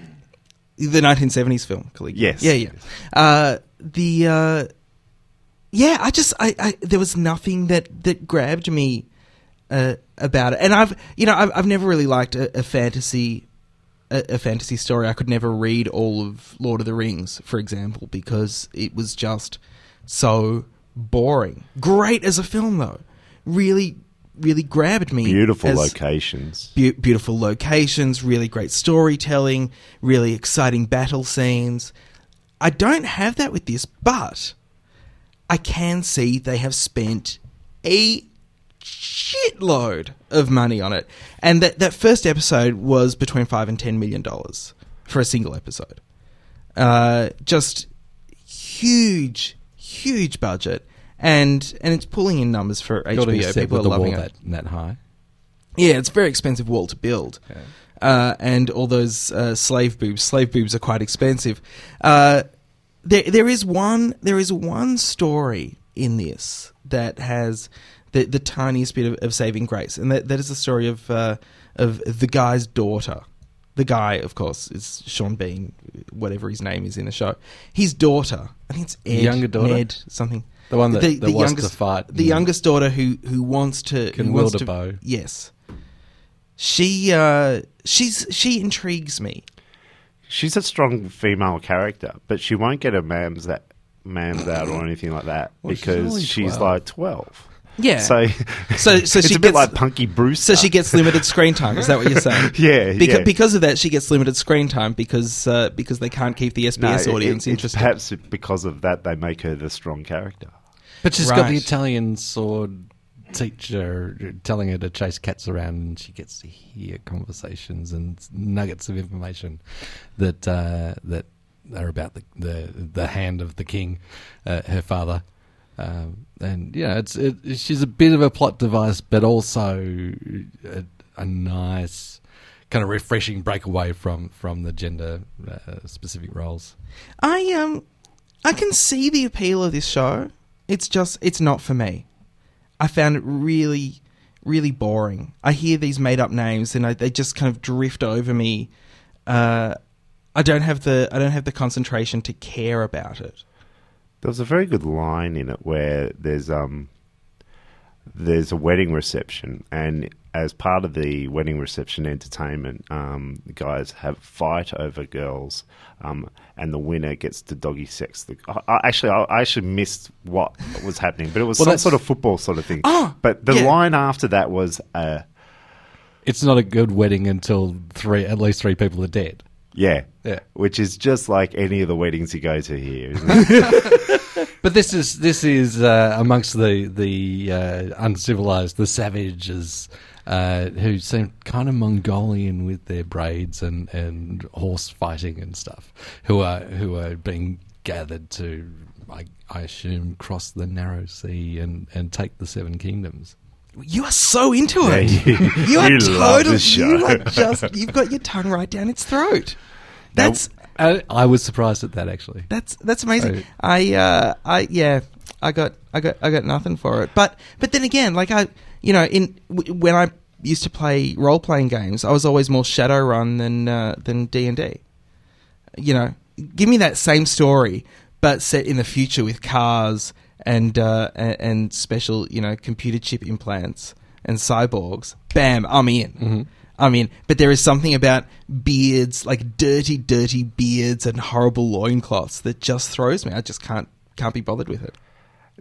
S2: the nineteen seventies film Caligula.
S3: Yes.
S2: Yeah, yeah. Uh, the uh, yeah, I just I, I there was nothing that that grabbed me uh, about it, and I've you know I've, I've never really liked a, a fantasy. A, a fantasy story. I could never read all of Lord of the Rings, for example, because it was just so boring. Great as a film, though. Really, really grabbed me.
S3: Beautiful
S2: as-
S3: locations.
S2: beau- beautiful locations, really great storytelling, really exciting battle scenes. I don't have that with this, but I can see they have spent a shitload of money on it. And that, that first episode was between five and ten million dollars for a single episode. Uh, just huge, huge budget. And and it's pulling in numbers for
S1: Building a
S2: HBO.
S1: set
S2: People are
S1: with the
S2: loving
S1: wall
S2: it.
S1: that, that high.
S2: Yeah, it's a very expensive wall to build. Uh, and all those uh, slave boobs. Slave boobs are quite expensive. Uh, there, there is one. There is one story in this that has the, the tiniest bit of, of saving grace, and that, that is the story of uh, of the guy's daughter. The guy, of course, is Sean Bean, whatever his name is in the show. His daughter, I think it's Ed,
S1: Younger daughter?
S2: Ned, something.
S1: The one that- that wants to fight
S2: the
S1: and-
S2: youngest daughter who who wants to
S1: Can
S2: who wants
S1: wield a
S2: to-
S1: bow.
S2: Yes, She uh, she's she intrigues me.
S3: She's a strong female character, but she won't get her mams that mams out or anything like that
S1: Well, she's
S3: because
S1: only
S3: she's,
S1: 12.
S3: like twelve.
S2: Yeah.
S3: So, [laughs]
S2: so
S3: it's
S2: she
S3: a bit
S2: gets-
S3: like Punky Bruce.
S2: So she gets limited screen time. Is that what you're saying?
S3: [laughs] Yeah,
S2: Beca-
S3: yeah.
S2: Because of that, she gets limited screen time because uh, because they can't keep the
S3: No,
S2: SBS
S3: it-
S2: audience
S3: it- it's
S2: interested.
S3: Perhaps because of that, they make her the strong character.
S1: But she's got
S2: Right.
S1: the Italian sword teacher telling her to chase cats around, and she gets to hear conversations and nuggets of information that uh, that are about the, the the hand of the king, uh, her father. Um, and yeah, it's it, she's a bit of a plot device, but also a, a nice kind of refreshing breakaway from from the gender uh, specific roles.
S2: I um I can see the appeal of this show. It's just it's not for me. I found it really really boring. I hear these made up names and I, they just kind of drift over me. Uh, I don't have the I don't have the concentration to care about it.
S3: There was a very good line in it where there's um there's a wedding reception, and as part of the wedding reception entertainment, um, the guys have fight over girls, um, and the winner gets to doggy sex. The, I, I actually, I, I actually missed what was happening, but it was
S1: Well,
S3: some
S1: that's-
S3: sort of football sort of thing.
S2: Oh,
S3: but the
S2: yeah.
S3: line after that was, uh,
S1: It's not a good wedding until three at least three people are dead.
S3: yeah,
S1: Yeah.
S3: which is just like any of the weddings you go to here. Isn't it?
S1: But this is this is uh, amongst the the uh, uncivilized, the savages, uh, who seem kind of Mongolian with their braids and, and horse fighting and stuff. Who are who are being gathered to, I, I assume, cross the narrow sea and, and take the seven kingdoms.
S2: You are so into it.
S3: Yeah, you-
S2: you are
S3: [laughs] you
S2: totally.
S3: love this show.
S2: You are just. You've got your tongue right down its throat. That's
S1: Uh, I was surprised at that actually.
S2: that's that's amazing. I uh, I yeah. I got I got I got nothing for it. But but then again, like I you know in w- when I used to play role playing games, I was always more Shadowrun than uh, than D and D. You know, give me that same story, but set in the future with cars and uh, and, and special you know computer chip implants and cyborgs. Bam, I'm in. I mean, but there is something about beards, like dirty, dirty beards and horrible loincloths that just throws me. I just can't can't be bothered with it.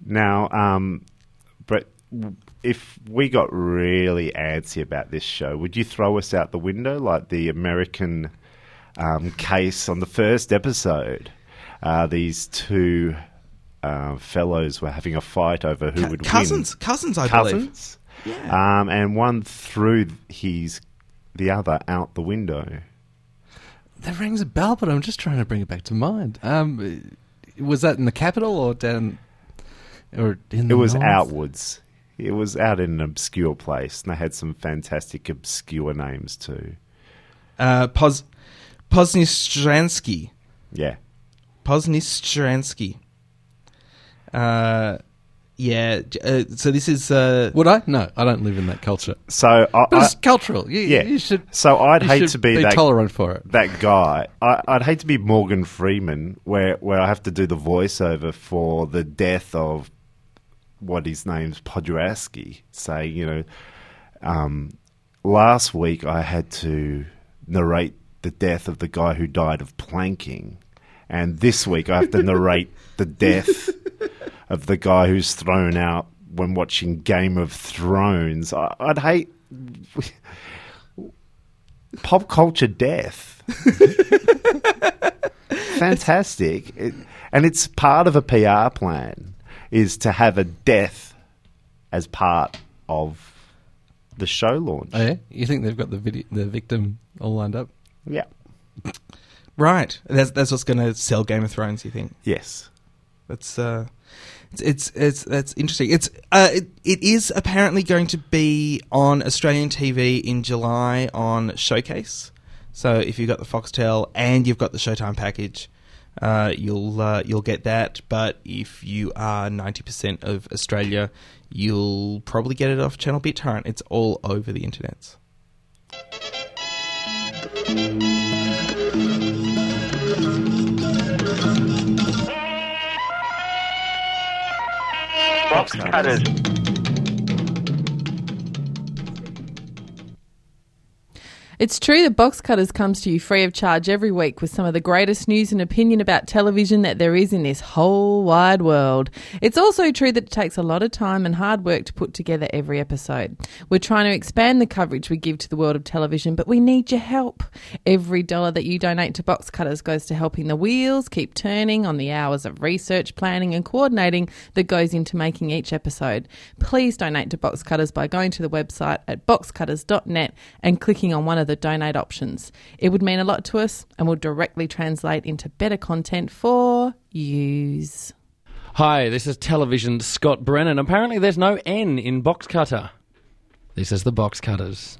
S3: Now, um, but w- if we got really antsy about this show, would you throw us out the window like the American um, case on the first episode? Uh, these two uh, fellows were having a fight over who
S2: Cou-
S3: would
S2: cousins, cousins, I
S3: win.
S2: believe.
S3: Cousins,
S2: Yeah.
S3: um, and one threw his the other out the window.
S1: That rings a bell, but I'm just trying to bring it back to mind. Um, was that in the capital or down? Or in
S3: It
S1: the
S3: was
S1: north?
S3: outwards. It was out in an obscure place, and they had some fantastic obscure names too.
S2: Uh, Pos- Poznistransky.
S3: Yeah.
S2: Poznistransky. Uh, yeah. j- Uh, so this is uh,
S1: Would I? No, I don't live in that culture.
S3: So I,
S1: But
S3: I-
S1: it's cultural. You,
S3: yeah.
S1: you should.
S3: So I'd
S1: you
S3: hate
S1: should
S3: to be that-
S1: tolerant for it.
S3: that guy. I, I'd hate to be Morgan Freeman, where where I have to do the voiceover for the death of what his name's Podurasky. Say, you know, um, last week I had to narrate the death of the guy who died of planking, and this week I have to narrate the death of the guy who's thrown out when watching Game of Thrones. I, I'd hate pop
S2: [laughs]
S3: culture death. Fantastic. It- and it's part of a PR plan is to have a death as part of the show launch.
S1: Oh, yeah? You think they've got the video, the victim all lined up?
S3: yeah.
S2: right. That's that's what's going to sell Game of Thrones. You think?
S3: Yes.
S2: That's uh, it's it's, it's that's interesting. It's uh, it, it is apparently going to be on Australian TV in July on Showcase. So if you've got the Foxtel and you've got the Showtime package, uh, you'll uh, you'll get that. But if you are ninety percent of Australia, you'll probably get it off Channel BitTorrent. It's all over the internet.
S4: Box cutters.
S6: It's true that Box Cutters comes to you free of charge every week with some of the greatest news and opinion about television that there is in this whole wide world. It's also true that it takes a lot of time and hard work to put together every episode. We're trying to expand the coverage we give to the world of television, but we need your help. Every dollar that you donate to Box Cutters goes to helping the wheels keep turning on the hours of research, planning, and coordinating that goes into making each episode. Please donate to Box Cutters by going to the website at boxcutters.net and clicking on one of the donate options. It would mean a lot to us and will directly translate into better content for yous.
S7: Hi, this is television Scott Brennan. Apparently, there's no N in box cutter. This is the box cutters.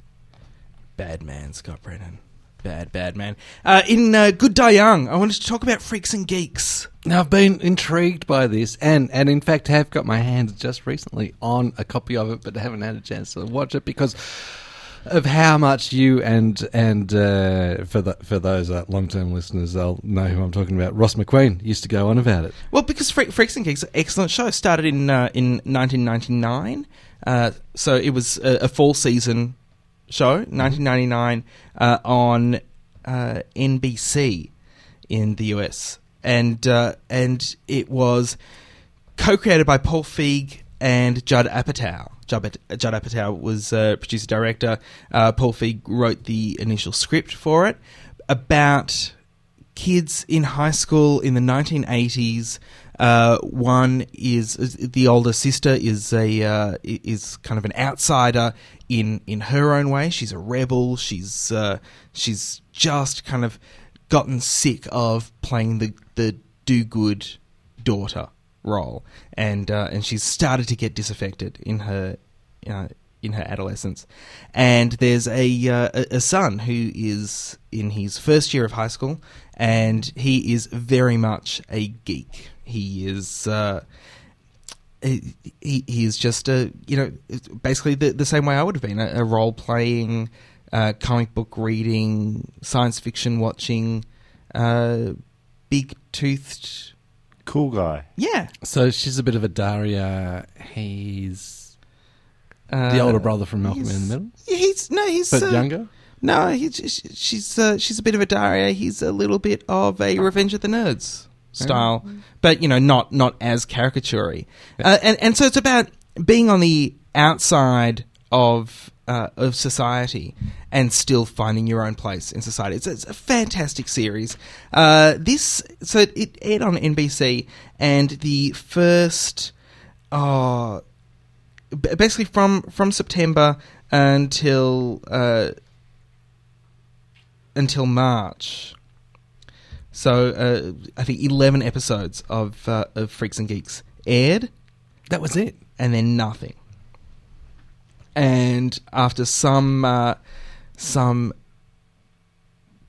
S2: Bad man, Scott Brennan. Bad, bad man. Uh, in uh, Good Day Young, I wanted to talk about freaks and geeks.
S1: Now I've been intrigued by this, and and in fact have got my hands just recently on a copy of it, but haven't had a chance to watch it because of how much you and and uh, for the, for those uh, long term listeners, they'll know who I'm talking about. Ross McQueen used to go on about it.
S2: Well, because Fre- Freaks and Geeks, are an excellent show, started in uh, in 1999, uh, so it was a, a fall season show, 1999, uh, on uh, NBC in the US, and uh, and it was co-created by Paul Feig and Judd Apatow. Judd, Apat- Judd Apatow was uh, producer director. Uh, Paul Feig wrote the initial script for it about kids in high school in the 1980s. Uh, one is, is the older sister is a uh, i- is kind of an outsider in in her own way. She's a rebel. She's uh, she's just kind of gotten sick of playing the the do good daughter role, and uh, and she's started to get disaffected in her uh, in her adolescence. And there's a, uh, a a son who is in his first year of high school, and he is very much a geek. He is. Uh, he, he he is just a you know basically the the same way I would have been a, a role playing, uh, comic book reading, science fiction watching, uh, big toothed
S3: Cool guy.
S2: yeah
S1: So she's a bit of a Daria. He's
S2: uh,
S1: the older brother from Malcolm
S2: he's-
S1: in the Middle,
S2: Yeah, he's no, he's
S1: but
S2: uh,
S1: younger.
S2: No, he's sh- she's uh, she's a bit of a Daria. He's a little bit of a Revenge of the Nerds style, but you know, not not as caricaturey. Uh, and and so it's about being on the outside of uh, of society and still finding your own place in society. It's, it's a fantastic series. Uh, this so it, it aired on NBC, and the first. Oh, ba- basically from from September until uh, until March. So uh, I think eleven episodes of uh, of Freaks and Geeks aired,
S1: That was it.
S2: and then nothing. And after some uh, some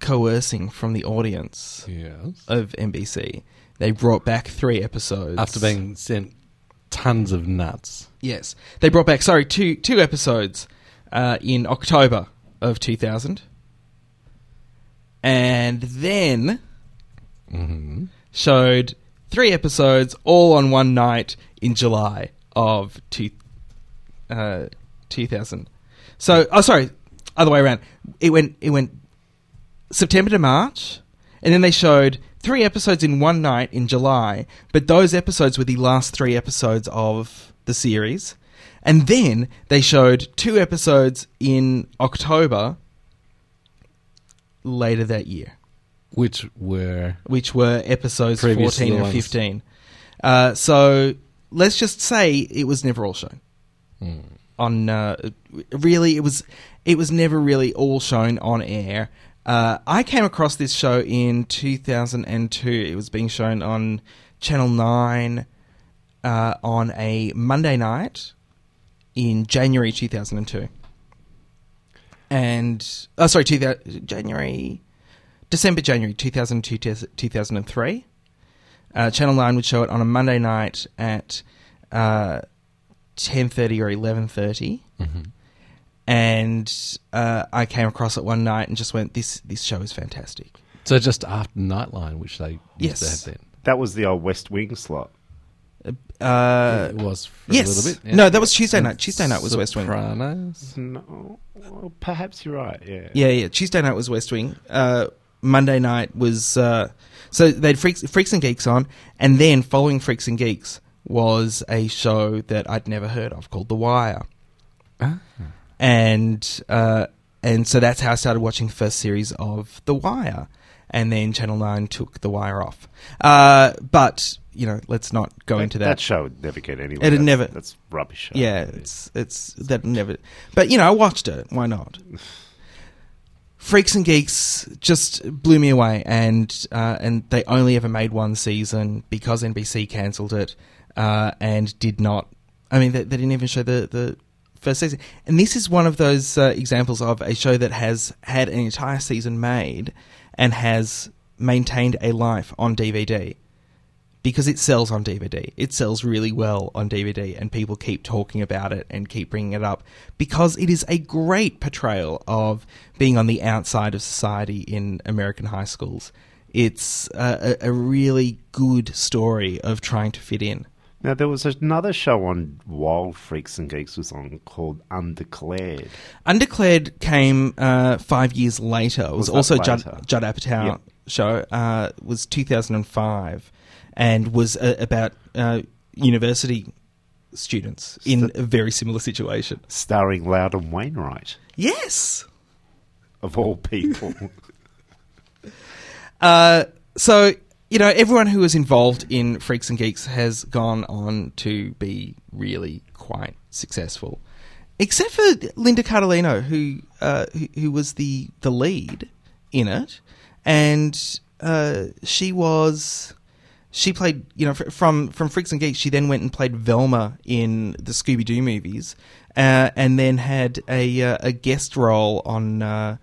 S2: coercing from the audience
S1: Yes.
S2: of NBC, they brought back three episodes
S1: After being sent tons of nuts.
S2: Yes, they brought back sorry two two episodes uh, in October of two thousand, and then
S1: Mm-hmm.
S2: showed three episodes all on one night in July of two uh, two thousand. So oh sorry, other way around. It went it went September to March, and then they showed three episodes in one night in July, but those episodes were the last three episodes of the series. And then they showed two episodes in October later that year,
S1: Which were
S2: which were episodes
S1: Previous to
S2: 14
S1: the
S2: and
S1: ones.
S2: 15. Uh, so let's just say it was never all shown.
S1: Hmm.
S2: On uh, really, it was it was never really all shown on air. Uh, I came across this show in 2002. It was being shown on Channel Nine uh, on a Monday night in January 2002. And oh, sorry, 2000, January, December, January 2002, 2003. Uh, Channel Nine would show it on a Monday night at uh, ten thirty or eleven
S1: Mm-hmm.
S2: and uh, I came across it one night and just went, "This this show is fantastic."
S1: so just after Nightline, which they used
S2: Yes.
S1: to have then.
S3: That was the old West Wing slot.
S2: Uh,
S1: it was for
S2: yes.
S1: a little bit.
S2: No, that was Tuesday night. Tuesday night was West Wing.
S1: Sopranos.
S3: No, well, perhaps you're right. Yeah.
S2: Yeah, yeah. Tuesday night was West Wing. Uh, Monday night was uh, so they had Freaks, Freaks and Geeks on, and then following Freaks and Geeks was a show that I'd never heard of called The Wire,
S3: Ah.
S2: and uh, and so that's how I started watching the first series of The Wire, and then Channel Nine took The Wire off. Uh, but you know, let's not go into
S3: That
S2: that.
S3: show would never get anywhere.
S2: It'd
S3: That's-
S2: never-
S3: That's rubbish.
S2: yeah, it's it's that never. But you know, I watched it. Why not? Freaks and Geeks just blew me away, and uh, and they only ever made one season because NBC cancelled it uh, and did not. I mean, they, they didn't even show the the first season. And this is one of those uh, examples of a show that has had an entire season made and has maintained a life on DVD because it sells on DVD. It sells really well on DVD, and people keep talking about it and keep bringing it up because it is a great portrayal of being on the outside of society in American high schools. It's a, a a really good story of trying to fit in.
S3: Now there was another show on while Freaks and Geeks was on called Undeclared.
S2: Undeclared came uh, five years later. It was,
S3: Was that
S2: also Judd,
S3: later?
S2: Judd Apatow
S3: Yep.
S2: show. Uh, was 2005 and was uh, about uh, university students in a very similar situation.
S3: starring Loudon Wainwright,
S2: Yes.
S3: of all
S1: [laughs]
S3: people.
S2: Uh, so you know, everyone who was involved in Freaks and Geeks has gone on to be really quite successful, except for Linda Cardellino, who uh, who, who was the the lead in it, and uh, she was. She played, you know, fr- from from Freaks and Geeks. She then went and played Velma in the Scooby Doo movies, uh, and then had a uh, a guest role on uh,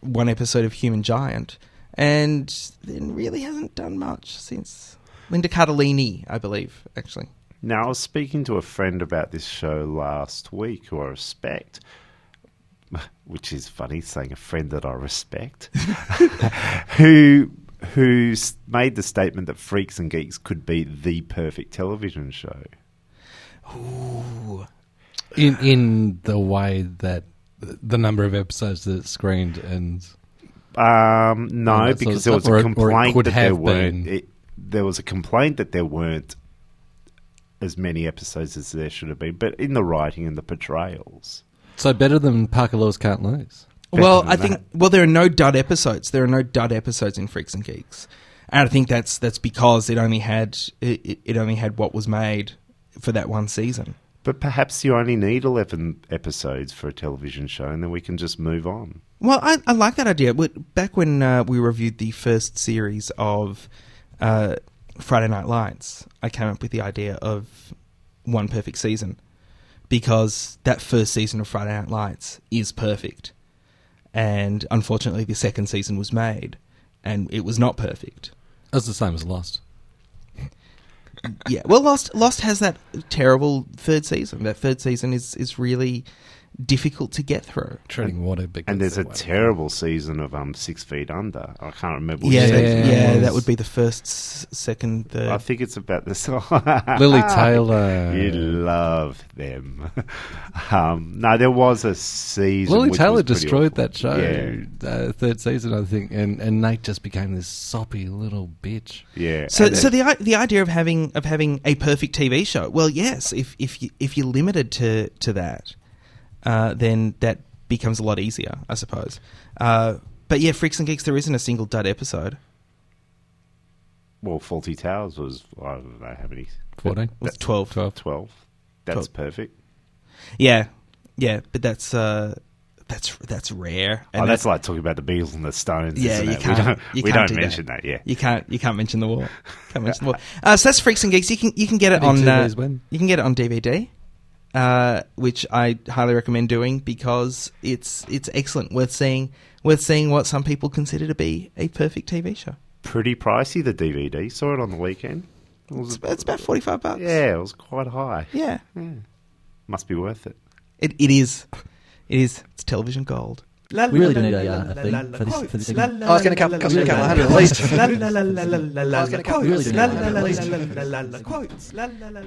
S2: one episode of Human Giant, and then really hasn't done much since Linda Cardellini, I believe, actually.
S3: now, I was speaking to a friend about this show last week who I respect, which is funny saying a friend that I respect, [laughs] who who s- made the statement that Freaks and Geeks could be the perfect television show.
S1: In in the way that the number of episodes that it screened and
S3: Um, no,
S1: And that sort
S3: because
S1: of
S3: there was
S1: stuff, Oh, or it- or
S3: a
S1: it
S3: complaint
S1: could
S3: that there
S1: have
S3: weren't.
S1: been.
S3: It, there was a complaint that there weren't as many episodes as there should have been, but in the writing and the portrayals.
S1: so better than Parker Laws can't lose.
S3: Better
S2: well,
S3: than
S2: I think
S3: that.
S2: well there are no dud episodes. There are no dud episodes in Freaks and Geeks, and I think that's that's because it only had it, it- it only had what was made for that one season.
S3: But perhaps you only need 11 episodes for a television show, and then we can just move on.
S2: Well, I, I like that idea. We- Back when uh, we reviewed the first series of uh, Friday Night Lights, I came up with the idea of one perfect season because that first season of Friday Night Lights is perfect. And unfortunately, the second season was made and it was not perfect.
S1: That's the same as Lost.
S2: Yeah, well, Lost Lost has that terrible third season. That third season is, is really difficult to get through.
S1: Treading water, but
S3: And there's a
S1: that way.
S3: terrible season of um, Six Feet Under. I can't remember which
S2: Yeah,
S1: Yeah.
S3: season.
S2: that,
S3: it
S2: yeah,
S3: was.
S2: that would be the first, s- second, third.
S3: I think it's about [laughs] this.
S1: Lily
S2: Ah.
S1: Taylor.
S3: You love them. [laughs] um, no, there was a season.
S1: Lily
S3: which
S1: Taylor
S3: was pretty
S1: destroyed
S3: awful.
S1: that show,
S3: Yeah,
S1: uh, third season, I think, and, and Nate just became this soppy little bitch.
S3: yeah.
S2: So,
S3: And
S2: so
S3: it-
S2: the i- the idea of having of having a perfect TV show. Well, yes, if if you, if you're limited to to that, uh, then that becomes a lot easier, I suppose. Uh, but yeah, Freaks and Geeks, there isn't a single dud episode.
S3: well, Faulty Towers was I don't know how many
S1: 14?
S2: It's twelve.
S1: Twelve.
S3: twelve. That's perfect.
S2: Yeah, yeah, but that's uh, that's that's rare.
S3: oh, that's, like talking about the Beatles and the Stones.
S2: Yeah,
S3: isn't
S2: you
S3: it?
S2: can't.
S3: We don't,
S2: you
S3: we
S2: can't
S3: don't
S2: do
S3: mention that. Yeah,
S2: you can't. You can't mention the war. Can't mention the war. Uh, so that's Freaks and Geeks. You can you can get it
S1: Any
S2: on
S1: two
S2: uh,
S1: ways win.
S2: you can get it on DVD, uh, which I highly recommend doing because it's it's excellent. Worth seeing. Worth seeing what some people consider to be a perfect TV show.
S3: pretty pricey the DVD. Saw it on the weekend. It
S2: It's,
S3: was,
S2: it's about forty five bucks.
S3: yeah, it was quite high.
S2: yeah.
S3: Must be worth it.
S2: It it is. It is. It's television gold.
S8: We really do need a, uh, a theme for this, for this segment.
S9: Oh, it's going to come, cost me a couple of hundred at least.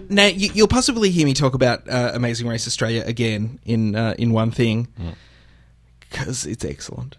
S2: Now you, you'll possibly hear me talk about uh, Amazing Race Australia again in uh, in one thing
S3: Mm.
S2: because it's excellent,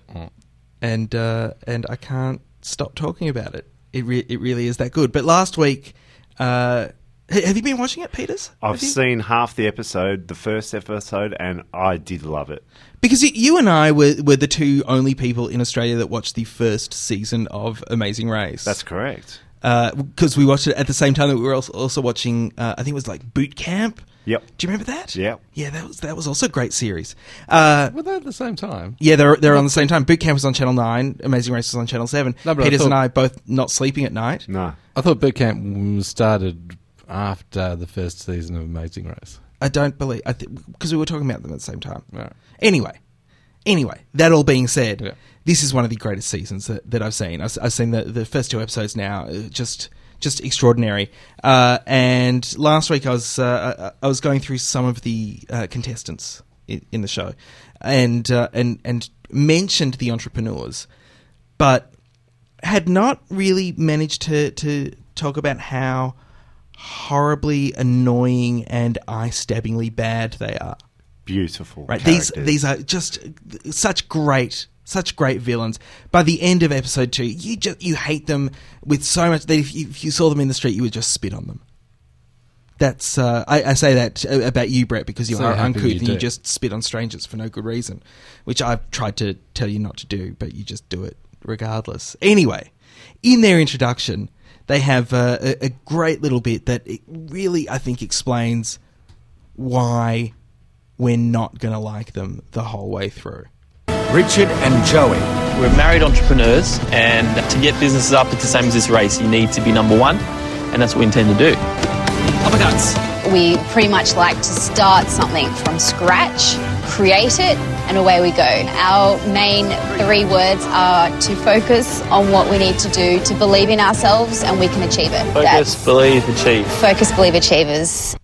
S2: and uh, and I can't stop talking about it. It re- it really is that good. But last week, uh, ha- have you been watching it, Peters?
S3: I've
S2: Have you?
S3: seen half the episode, the first episode, and I did love it.
S2: because y- you and I were were the two only people in Australia that watched the first season of Amazing Race.
S3: That's correct.
S2: because Uh, we watched it at the same time that we were also, also watching. Uh, I think it was like Boot Camp.
S3: Yep.
S2: Do you remember that?
S3: Yep.
S2: Yeah, that was that was also a great series. Uh,
S1: Were they at the same time?
S2: yeah, they're they're on the same time. Boot Camp was on Channel Nine. Amazing Race was on Channel Seven.
S1: No, but I
S2: Peters and
S1: thought-
S2: I both not sleeping at night.
S3: No.
S1: I thought boot camp was started after the first season of Amazing Race.
S2: I don't believe I because we were talking about them at the same time.
S1: Right.
S2: Anyway, anyway, that all being said,
S1: Yeah.
S2: this is one of the greatest seasons that, that I've seen. I've, s- I've seen the, the first two episodes now, uh, just just extraordinary. Uh, and last week I was uh, I, I was going through some of the uh, contestants in, in the show, and uh, and and mentioned the entrepreneurs, but had not really managed to to talk about how horribly annoying and eye stabbingly bad they are
S3: Beautiful.
S2: right
S3: characters.
S2: these these are just such great such great villains by the end of episode 2 you just you hate them with so much that if you, if you saw them in the street you would just spit on them that's uh, I, I say that uh, about you Brett because you
S1: So
S2: are
S1: happy
S2: uncouth
S1: you
S2: and you
S1: do.
S2: just spit on strangers for no good reason which I've tried to tell you not to do but you just do it regardless anyway in their introduction they have uh, a, a great little bit that it really I think explains why we're not going to like them the whole way through.
S10: Richard and Joey. We're married entrepreneurs, and to get businesses up, it's the same as this race. You need to be number one, and that's what we intend to do. Uppercuts.
S11: We pretty much like to start something from scratch, create it, and away we go. Our main three words are to focus on what we need to do, to believe in ourselves, and we can achieve it.
S10: Focus,
S11: That's
S10: believe, achieve.
S11: focus, believe, achievers.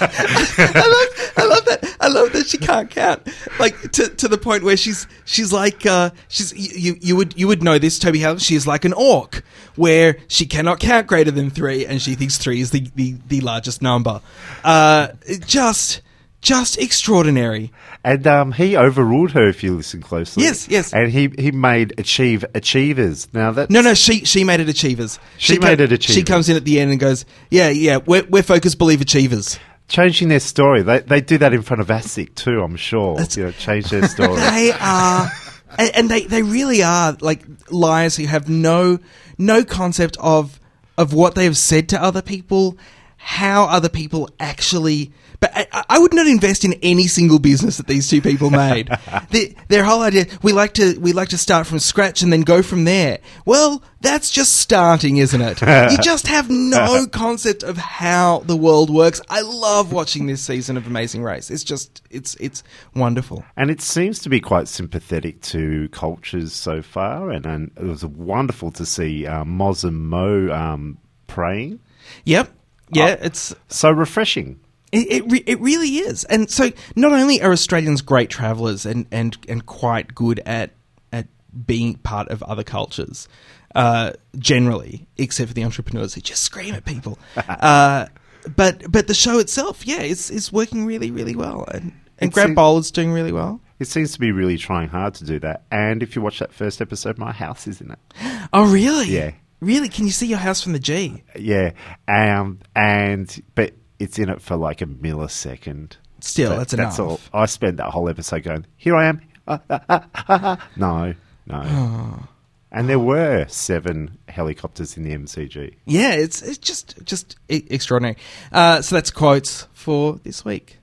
S2: I love that. I love that she can't count. Like to, to the point where she's she's like uh, she's you, you would you would know this Toby Hell. She is like an orc where she cannot count greater than three, and she thinks three is the the, the largest number. Uh, just just extraordinary.
S3: And um, he overruled her if you listen closely.
S2: Yes, yes.
S3: And he, he made achieve achievers. Now that
S2: No, no, she she made it achievers.
S3: She made it
S2: She
S3: achievers.
S2: comes in at the end and goes, yeah, yeah, we're, we're focused, believe achievers.
S3: changing their story. They they do that in front of ASIC too. I'm sure.
S2: That's-
S3: You know, change their
S2: [laughs]
S3: story.
S2: they are and, and they, they really are like liars who have no no concept of of what they have said to other people how other people actually but I, I would not invest in any single business that these two people made. the, their whole idea we like to we like to start from scratch and then go from there. Well, that's just starting, isn't it? you just have no concept of how the world works. I love watching this season of Amazing Race. It's just it's it's wonderful.
S3: And it seems to be quite sympathetic to cultures so far. And, and it was wonderful to see uh, Moz and Mo um, praying.
S2: Yep. Yeah, it's
S3: So refreshing.
S2: Oh. it it, re- it really is. And so not only are Australians great travelers and and and quite good at at being part of other cultures. Uh, generally, except for the entrepreneurs who just scream at
S3: [laughs]
S2: people. uh, but but the show itself, yeah, it's it's working really really well, and and
S3: It's
S2: Grab
S3: a-
S2: Bowl is doing really well.
S3: It seems to be really trying hard to do that. And if you watch that first episode, my house is in it.
S2: Oh really?
S3: Yeah.
S2: Really? Can you see your house from the G?
S3: Yeah. Um, and but it's in it for like a millisecond.
S2: Still,
S3: That-
S2: that's
S3: That's all.
S2: enough.
S3: I spent that whole episode going, "Here I am." Ah, ah, ah, ah, ah." [laughs] No, no.
S2: [sighs]
S3: and there were seven helicopters in the MCG.
S2: Yeah, it's it's just just e- extraordinary. Uh, so that's quotes for this week.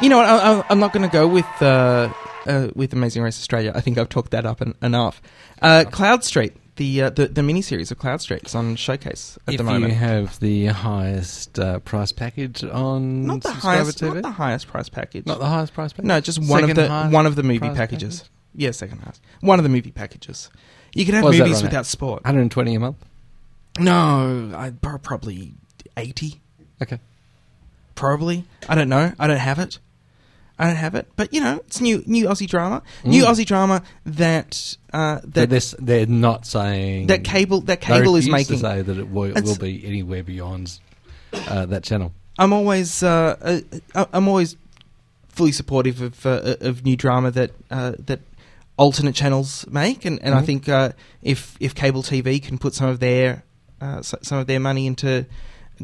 S2: You know what? I, I, I'm not going to go with uh, uh, with Amazing Race Australia. I think I've talked that up en- enough. Uh, Cloud Street, the uh, the the miniseries of Cloud Street, is on Showcase at
S1: if
S2: the moment.
S1: you have the highest uh, price package on
S2: not the
S1: subscriber
S2: highest,
S1: TV,
S2: not the highest price package.
S1: Not the highest price package.
S2: No, just one of
S1: Second
S2: the
S1: highest
S2: one of the movie
S1: price
S2: packages. Yeah, second highest. One of the movie packages. You can have
S1: What does that
S2: movies
S1: run at?
S2: without sport.
S1: 120 a month.
S2: No, I pro- probably eighty.
S1: Okay.
S2: Probably. I don't know. I don't have it. I don't have it. But you know, it's new new Aussie drama. New
S1: Mm.
S2: Aussie drama that uh
S1: They're,
S2: that
S1: this, they're not saying
S2: That cable- that
S1: They
S2: cable
S1: refuse
S2: is
S1: to
S2: making-
S1: say that it will,
S2: It's-
S1: will be anywhere beyond uh, that channel.
S2: I'm always uh, uh, I'm always fully supportive of uh, of new drama that uh, that alternate channels make, and, and I
S1: Mhm.
S2: think uh, if if cable TV can put some of their uh, s- some of their money into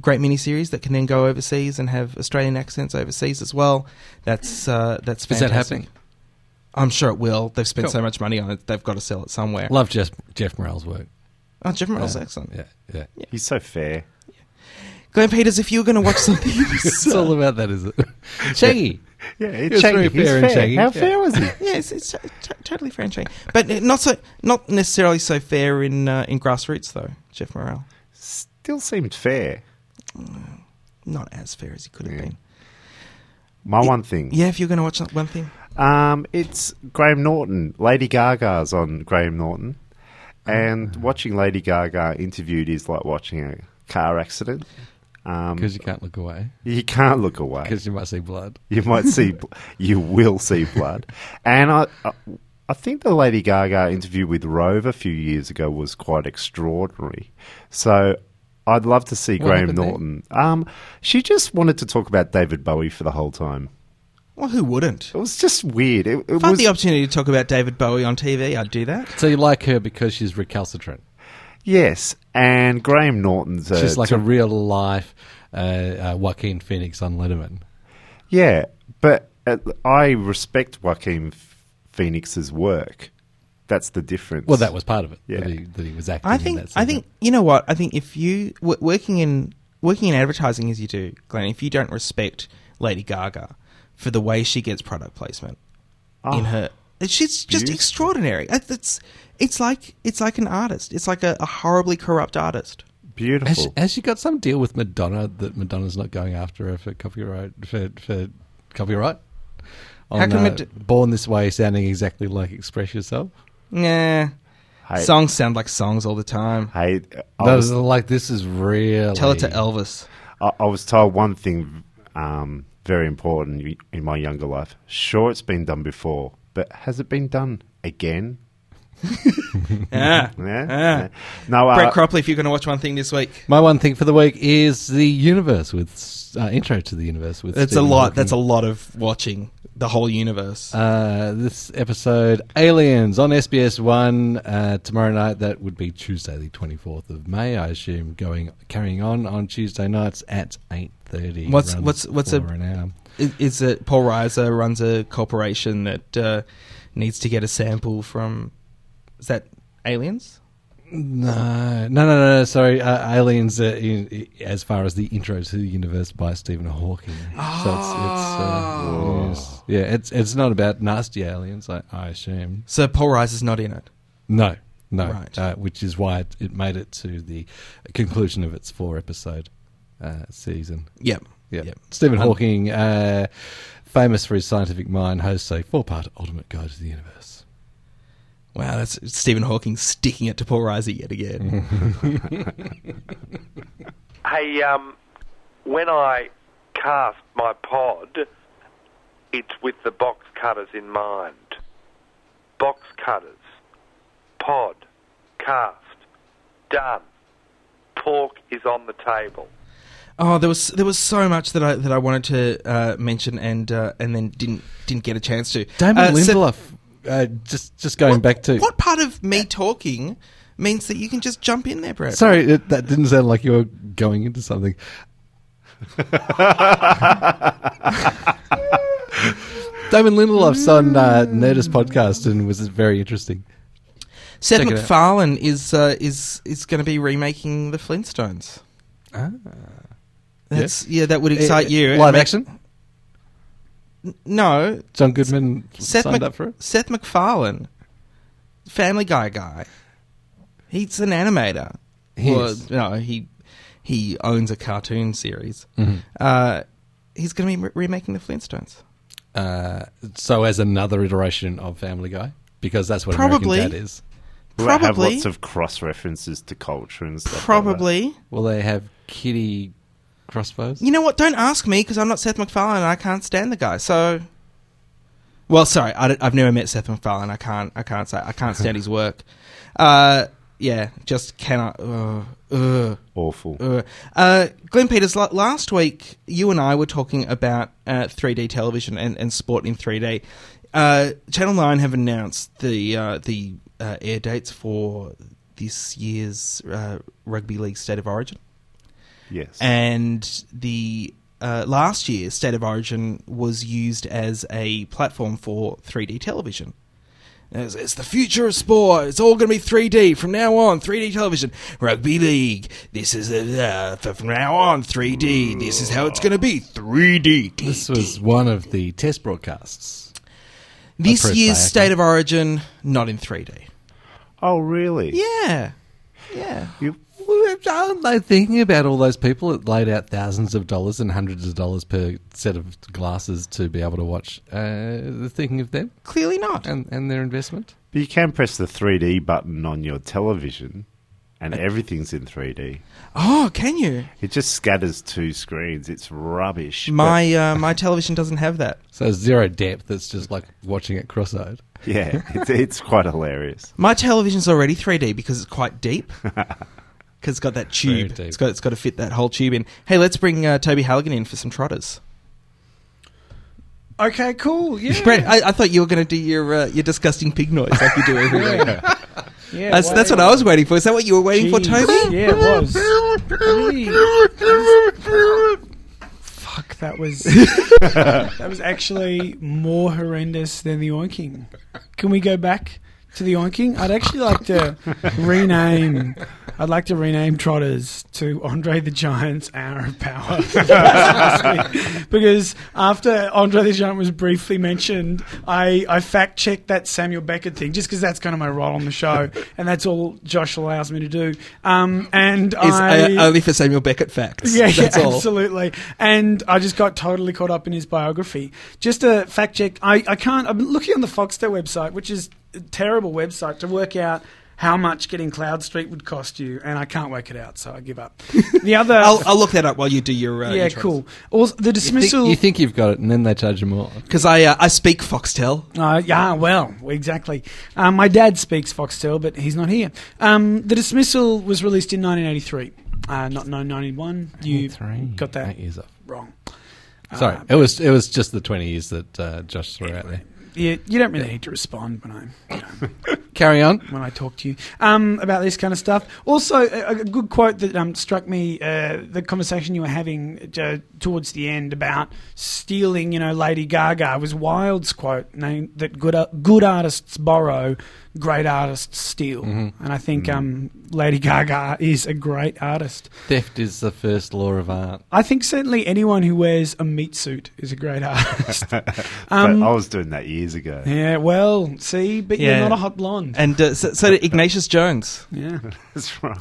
S2: great miniseries that can then go overseas and have Australian accents overseas as well, that's uh, that's
S1: Is that
S2: fantastic.
S1: happening?
S2: I'm sure it will. They've spent
S1: Cool.
S2: so much money on it; they've got to sell it somewhere.
S1: Love Jeff Jeff Morrell's work.
S2: Oh, Jeff Morrell's
S1: Yeah.
S2: excellent.
S1: Yeah, yeah.
S3: He's so fair.
S2: Glenn Peters, if you were going to
S1: [laughs]
S2: watch something,
S1: it's all about that, [laughs] is it? Shaggy.
S3: Yeah,
S1: He
S3: it's
S1: was very
S3: Shaggy. He's
S1: fair and Shaggy.
S3: How
S1: Yeah.
S3: fair was he?
S2: yeah, it's, it's t- t- totally fair and shame. but uh, not so not necessarily so fair in uh, in grassroots though. Jeff Morrell,
S3: [laughs] Still seemed fair.
S2: not as fair as he could have been.
S3: My one thing.
S2: Yeah, if you're going to watch that one thing,
S3: Um, it's Graham Norton. Lady Gaga's on Graham Norton. Oh. And watching Lady Gaga interviewed is like watching a car accident. Um,
S1: Because you can't look away.
S3: you can't look away.
S1: Because you might see blood.
S3: You might see, bl- you will see blood. And I, I, I think the Lady Gaga interview with Rove a few years ago was quite extraordinary. So I'd love to see
S1: What
S3: Graham
S1: happened there?
S3: Norton. Um, she just wanted to talk about David Bowie for the whole time.
S2: well, who wouldn't?
S3: It was just weird. It, it
S2: If I had
S3: was,
S2: the opportunity to talk about David Bowie on TV, I'd do that.
S1: So you like her because she's recalcitrant.
S3: yes, and Graham Norton's a,
S1: she's like a real life uh, uh, Joaquin Phoenix on Letterman.
S3: yeah, but uh, I respect Joaquin Phoenix's work. That's the difference.
S1: Well, that was part of it.
S3: Yeah.
S1: That, he, that he was acting.
S2: I
S1: in
S2: think
S1: that
S2: I
S1: setup.
S2: think you know what I think if you w- working in working in advertising as you do, Glenn, if you don't respect Lady Gaga for the way she gets product placement
S3: Oh.
S2: in her, she's just
S3: Beautiful.
S2: extraordinary. It- It's it's like it's like an artist. It's like a, a horribly corrupt artist.
S1: Has she,
S3: beautiful.
S1: has she got some deal with Madonna that Madonna's not going after her for copyright for for copyright?
S2: How
S1: On,
S2: can
S1: uh,
S2: Mad-
S1: Born This Way sounding exactly like Express Yourself?
S2: Nah,
S3: Hey,
S2: songs sound like songs all the time.
S3: hey, uh, I
S1: No,
S3: was-
S1: like Oh, this is really
S2: Tell it to Elvis.
S3: I, I was told one thing um, very important in my younger life. Sure, it's been done before, but has it been done again?
S2: Yeah.
S3: Yeah.
S2: Ah.
S3: No, uh,
S2: Brett Cropley, if you're going to watch one thing this week,
S1: My one thing for the week is the universe with uh, intro to the universe with.
S2: that's a
S1: Stephen
S2: lot.
S1: Hawking.
S2: That's a lot of watching the whole universe.
S1: Uh, this episode, Aliens on SBS One uh, tomorrow night. That would be Tuesday, the twenty fourth of May. I assume going carrying on on Tuesday nights at eight thirty.
S2: What's- what's- what's a-
S1: an hour?
S2: is, is that Paul Reiser runs a corporation that uh, needs to get a sample from. Is that aliens?
S1: No, no, no, no. Sorry, uh, Aliens. Uh, in, as far as the intro to the universe by Stephen Hawking.
S2: Ah.
S1: So it's, it's uh, yes. yeah, it's it's not about nasty aliens. I, I assume.
S2: So Paul Reiser's not in it.
S1: No, no.
S2: Right.
S1: Uh, which is why it, it made it to the conclusion of its four episode uh, season.
S2: Yep.
S1: Yeah.
S2: Yep.
S1: Stephen
S2: Um,
S1: Hawking, uh, famous for his scientific mind, hosts a four part ultimate guide to the universe.
S2: Wow, that's Stephen Hawking sticking it to Paul Reiser yet
S1: Mm-hmm.
S2: again.
S9: Hey, um, when I cast my pod, it's with the box cutters in mind. Box cutters. Pod. Cast. Done. Pork is on the table.
S2: oh, there was there was so much that I that I wanted to uh, mention and uh, and then didn't didn't get a chance to.
S1: Damon
S2: Uh, Seth,
S1: Lindelof, uh, just, just going
S2: what-
S1: back to.
S2: what part of me talking means that you can just jump in there, Brett?
S1: Sorry, it, that didn't sound like you were going into
S2: [laughs]
S1: something. Damon Lindelof's on uh, Nerdist podcast and was very interesting.
S2: Seth
S1: Check it out.
S2: MacFarlane is uh, is is going to be remaking the Flintstones.
S1: Ah.
S2: That's yeah, that would excite you. and
S1: Eh, Uh, Live
S2: make-
S1: action?
S2: No,
S1: John Goodman
S2: Seth
S1: signed
S2: Mac-
S1: up for it.
S2: Seth MacFarlane, Family Guy guy. He's an animator.
S1: He
S2: Well,
S1: is.
S2: no, he he owns a cartoon series.
S1: Mhm.
S2: Uh, he's going to be re- remaking the Flintstones.
S1: Uh, so as another iteration of Family Guy. because that's what
S2: Probably.
S1: American Dad is.
S3: Will it have
S2: Probably.
S3: lots of cross references to culture and stuff. like that?
S2: Probably.
S1: Will they have kitty crossbows?
S2: You know what? Don't ask me because I'm not Seth MacFarlane and I can't stand the guy. So, well, sorry, I have never met Seth MacFarlane. I can't. I can't say. I can't stand
S1: [laughs]
S2: his work. Uh, yeah, just cannot. Uh, uh,
S3: Awful.
S2: Uh, uh, Glenn Peters, la- last week you and I were talking about uh, 3D television and, and sport in 3D. Uh, Channel 9 have announced the uh, the uh, air dates for this year's uh, Rugby League State of Origin.
S3: Yes.
S2: And the uh, last year, State of Origin was used as a platform for 3D television. It's, it's the future of sport. It's all going to be 3D from now on. 3D television, rugby league. This is uh, uh, from now on 3D. This is how it's going to be 3D.
S1: This was one of the test broadcasts.
S2: This
S1: Approved
S2: year's
S1: by ACAR.
S2: State of Origin, not in 3D.
S3: Oh, really?
S2: Yeah, yeah.
S1: Well, Aren't they thinking about all those people that laid out thousands of dollars and hundreds of dollars per set of glasses to be able to watch? Uh, they're thinking of them
S2: Clearly not.
S1: and, and their investment.
S3: But you can press the 3D button on your television,
S2: Uh,
S3: and everything's in 3D.
S2: Oh, can you?
S3: It just scatters two screens. It's rubbish. but-
S2: My uh, my television doesn't have that.
S1: So zero depth. It's just like watching it
S2: [laughs]
S1: cross-eyed.
S3: [laughs] yeah, it's, it's quite hilarious.
S2: My television's already 3D because it's quite deep. Because it's got that tube.
S1: deep.
S2: It's got it's got to fit that whole tube in. Hey, let's bring uh, Toby Halligan in for some trotters.
S1: Okay, cool. Yeah,
S2: [laughs] Brett, I, I thought you were going to do your uh, your disgusting pig noise like you do every week.
S12: [laughs] Yeah,
S2: That's, that's what I was waiting for. Is that what you were waiting for,
S12: Jeez.
S2: Toby?
S12: Yeah, it was. Really. Fuck, that was that was actually more horrendous than the oinking. Can we go back to the oinking? I'd actually like to rename. I'd like to rename Trotters to Andre the Giant's Hour of Power. [laughs] because after Andre the Giant was briefly mentioned, I, I fact checked that Samuel Beckett thing just because that's kind of my role on the show, and that's all Josh allows me to do. Um, and
S2: Is,
S12: I
S2: uh, only for Samuel Beckett facts.
S12: yeah,
S2: that's
S12: yeah,
S2: all.
S12: absolutely. And I just got totally caught up in his biography. Just a fact check. I, I can't. I'm looking on the Foxtel website, which is a terrible website to work out how much getting Cloud Street would cost you, and I can't work it out, so I
S1: [laughs]
S12: give up. The other.
S2: I'll, I'll look that up while you do your. Uh,
S12: yeah, cool. Also, the dismissal.
S1: you think you've got it, and then they charge you more.
S2: Because I uh, I speak Foxtel.
S12: Uh, yeah, well, exactly. Um, my dad speaks Foxtel, but he's not here. Um, the dismissal was released in 1983, uh, not 1991. You got that
S1: Eight years off.
S12: wrong. Uh,
S1: Sorry, it was it was just the twenty years that uh, Josh threw out there.
S12: You, you don't really need to respond when I'm
S1: Carry on.
S12: when I talk to you um, about this kind of stuff. Also, a, a good quote that um, struck me: uh, the conversation you were having uh, towards the end about stealing, you know, Lady Gaga was Wilde's quote name, that good ar- good artists borrow, great artists steal,
S1: Mhm.
S2: Mm-hmm.
S12: and I think um, Lady Gaga is a great artist.
S1: Theft is the first law of art.
S12: I think certainly anyone who wears a meat suit is a
S2: [laughs]
S12: great artist.
S3: But
S12: Um,
S3: I was doing that years ago.
S12: yeah, well, see, but
S2: Yeah.
S12: you're not a hot blonde.
S2: And uh, so, so did Ignatius Jones.
S12: yeah.
S3: [laughs] That's right.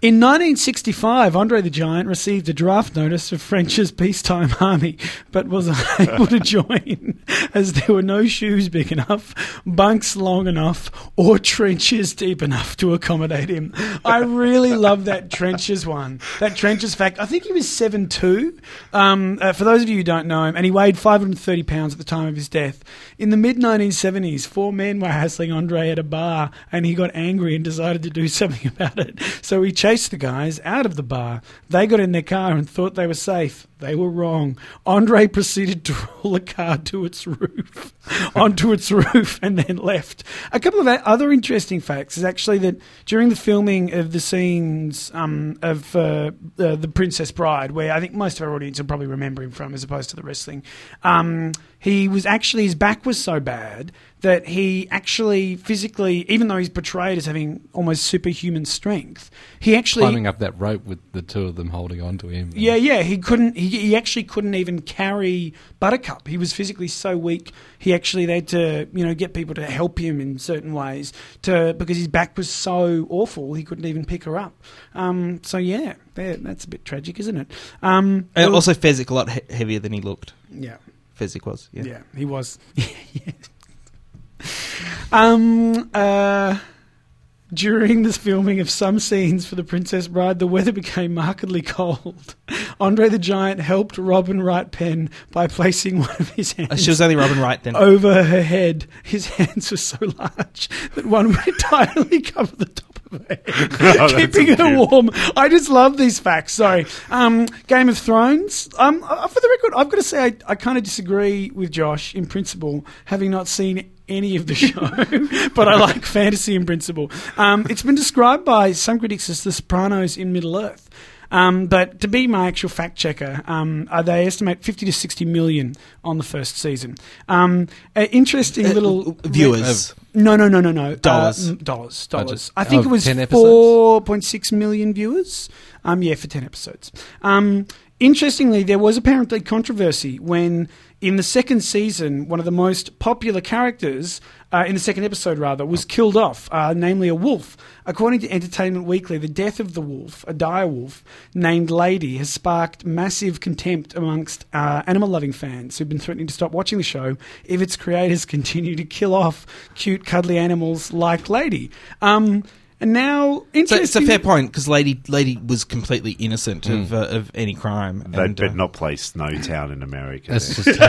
S12: In 1965, Andre the Giant received a draft notice of French's peacetime [laughs] army, but was unable to join [laughs] as there were no shoes big enough, bunks long enough, or trenches deep enough to accommodate him. I really love that trenches one. That trenches fact. I think he was 7'2. Um, uh, for those of you who don't know him, and he weighed 530 pounds at the time of his death. In the mid 1970s, four men were hassling Andre at a bar, and he got angry and decided to do [laughs] something about it. So he chased the guys out of the bar. They got in their car and thought they were safe. They were wrong. Andre [laughs] proceeded to roll a car to its roof, [laughs] onto its roof, and then left. A couple of other interesting facts is actually that during the filming of the scenes um, of uh, uh, the Princess Bride, where I think most of our audience will probably remember him from, as opposed to the wrestling, um, he was actually his back was so bad that he actually physically, even though he's portrayed as having almost superhuman strength, he actually
S1: Climbing up that rope with the two of them holding on to him.
S12: yeah, yeah. He couldn't. He, he actually couldn't even carry Buttercup. He was physically so weak. He actually they had to you know get people to help him in certain ways to because his back was so awful he couldn't even pick her up. Um, so yeah, there, that's a bit tragic, isn't it? Um,
S2: And Uh, also, Fezzik a lot he- heavier than he looked.
S12: yeah. [laughs]
S2: Fezzik was. Yeah.
S12: Yeah, he was. Um, uh, during the filming of some scenes for The Princess Bride, the weather [laughs] became markedly cold. Andre the Giant helped Robin Wright Penn by placing one of his hands.
S2: Uh, she was only Robin Wright
S12: [laughs]
S2: then.
S12: Over her head. His [laughs] hands were so large that one would entirely [laughs] cover the top of her head,
S4: [laughs] Oh, that's
S12: keeping her
S4: cute.
S12: warm. I just love these facts. Sorry. Um, Game of Thrones. Um, uh, for the record, I've got to say I, I kind of disagree with Josh in principle, having not seen any of the [laughs] show, but I like fantasy in principle. Um, it's been described by some critics as The Sopranos in Middle Earth. Um, but to be my actual fact checker, um, uh, they estimate 50 to 60 million on the first season. Um, an interesting little.
S2: viewers.
S12: No, no, no, no, no. Uh,
S2: Dollars.
S12: m- dollars.
S2: Budget.
S12: Dollars. I think
S2: Of
S12: it was
S2: 10 episodes?
S12: four point six million viewers. Um, yeah, for ten episodes. Um, interestingly, there was apparently controversy when, in the second season, one of the most popular characters uh, in the second episode rather was killed off, uh, namely a wolf. According to Entertainment Weekly, the death of the wolf, a dire wolf named Lady, has sparked massive contempt amongst uh, animal-loving fans who've been threatening to stop watching the show if its creators [laughs] continue to kill off cute, cuddly animals like Lady. Um, and now,
S2: So
S12: interesting.
S2: it's a fair point because Lady Lady was completely innocent of uh, of any crime.
S3: They'd
S2: and, uh,
S3: better not play Snowtown in America.
S1: That's
S3: then.
S1: just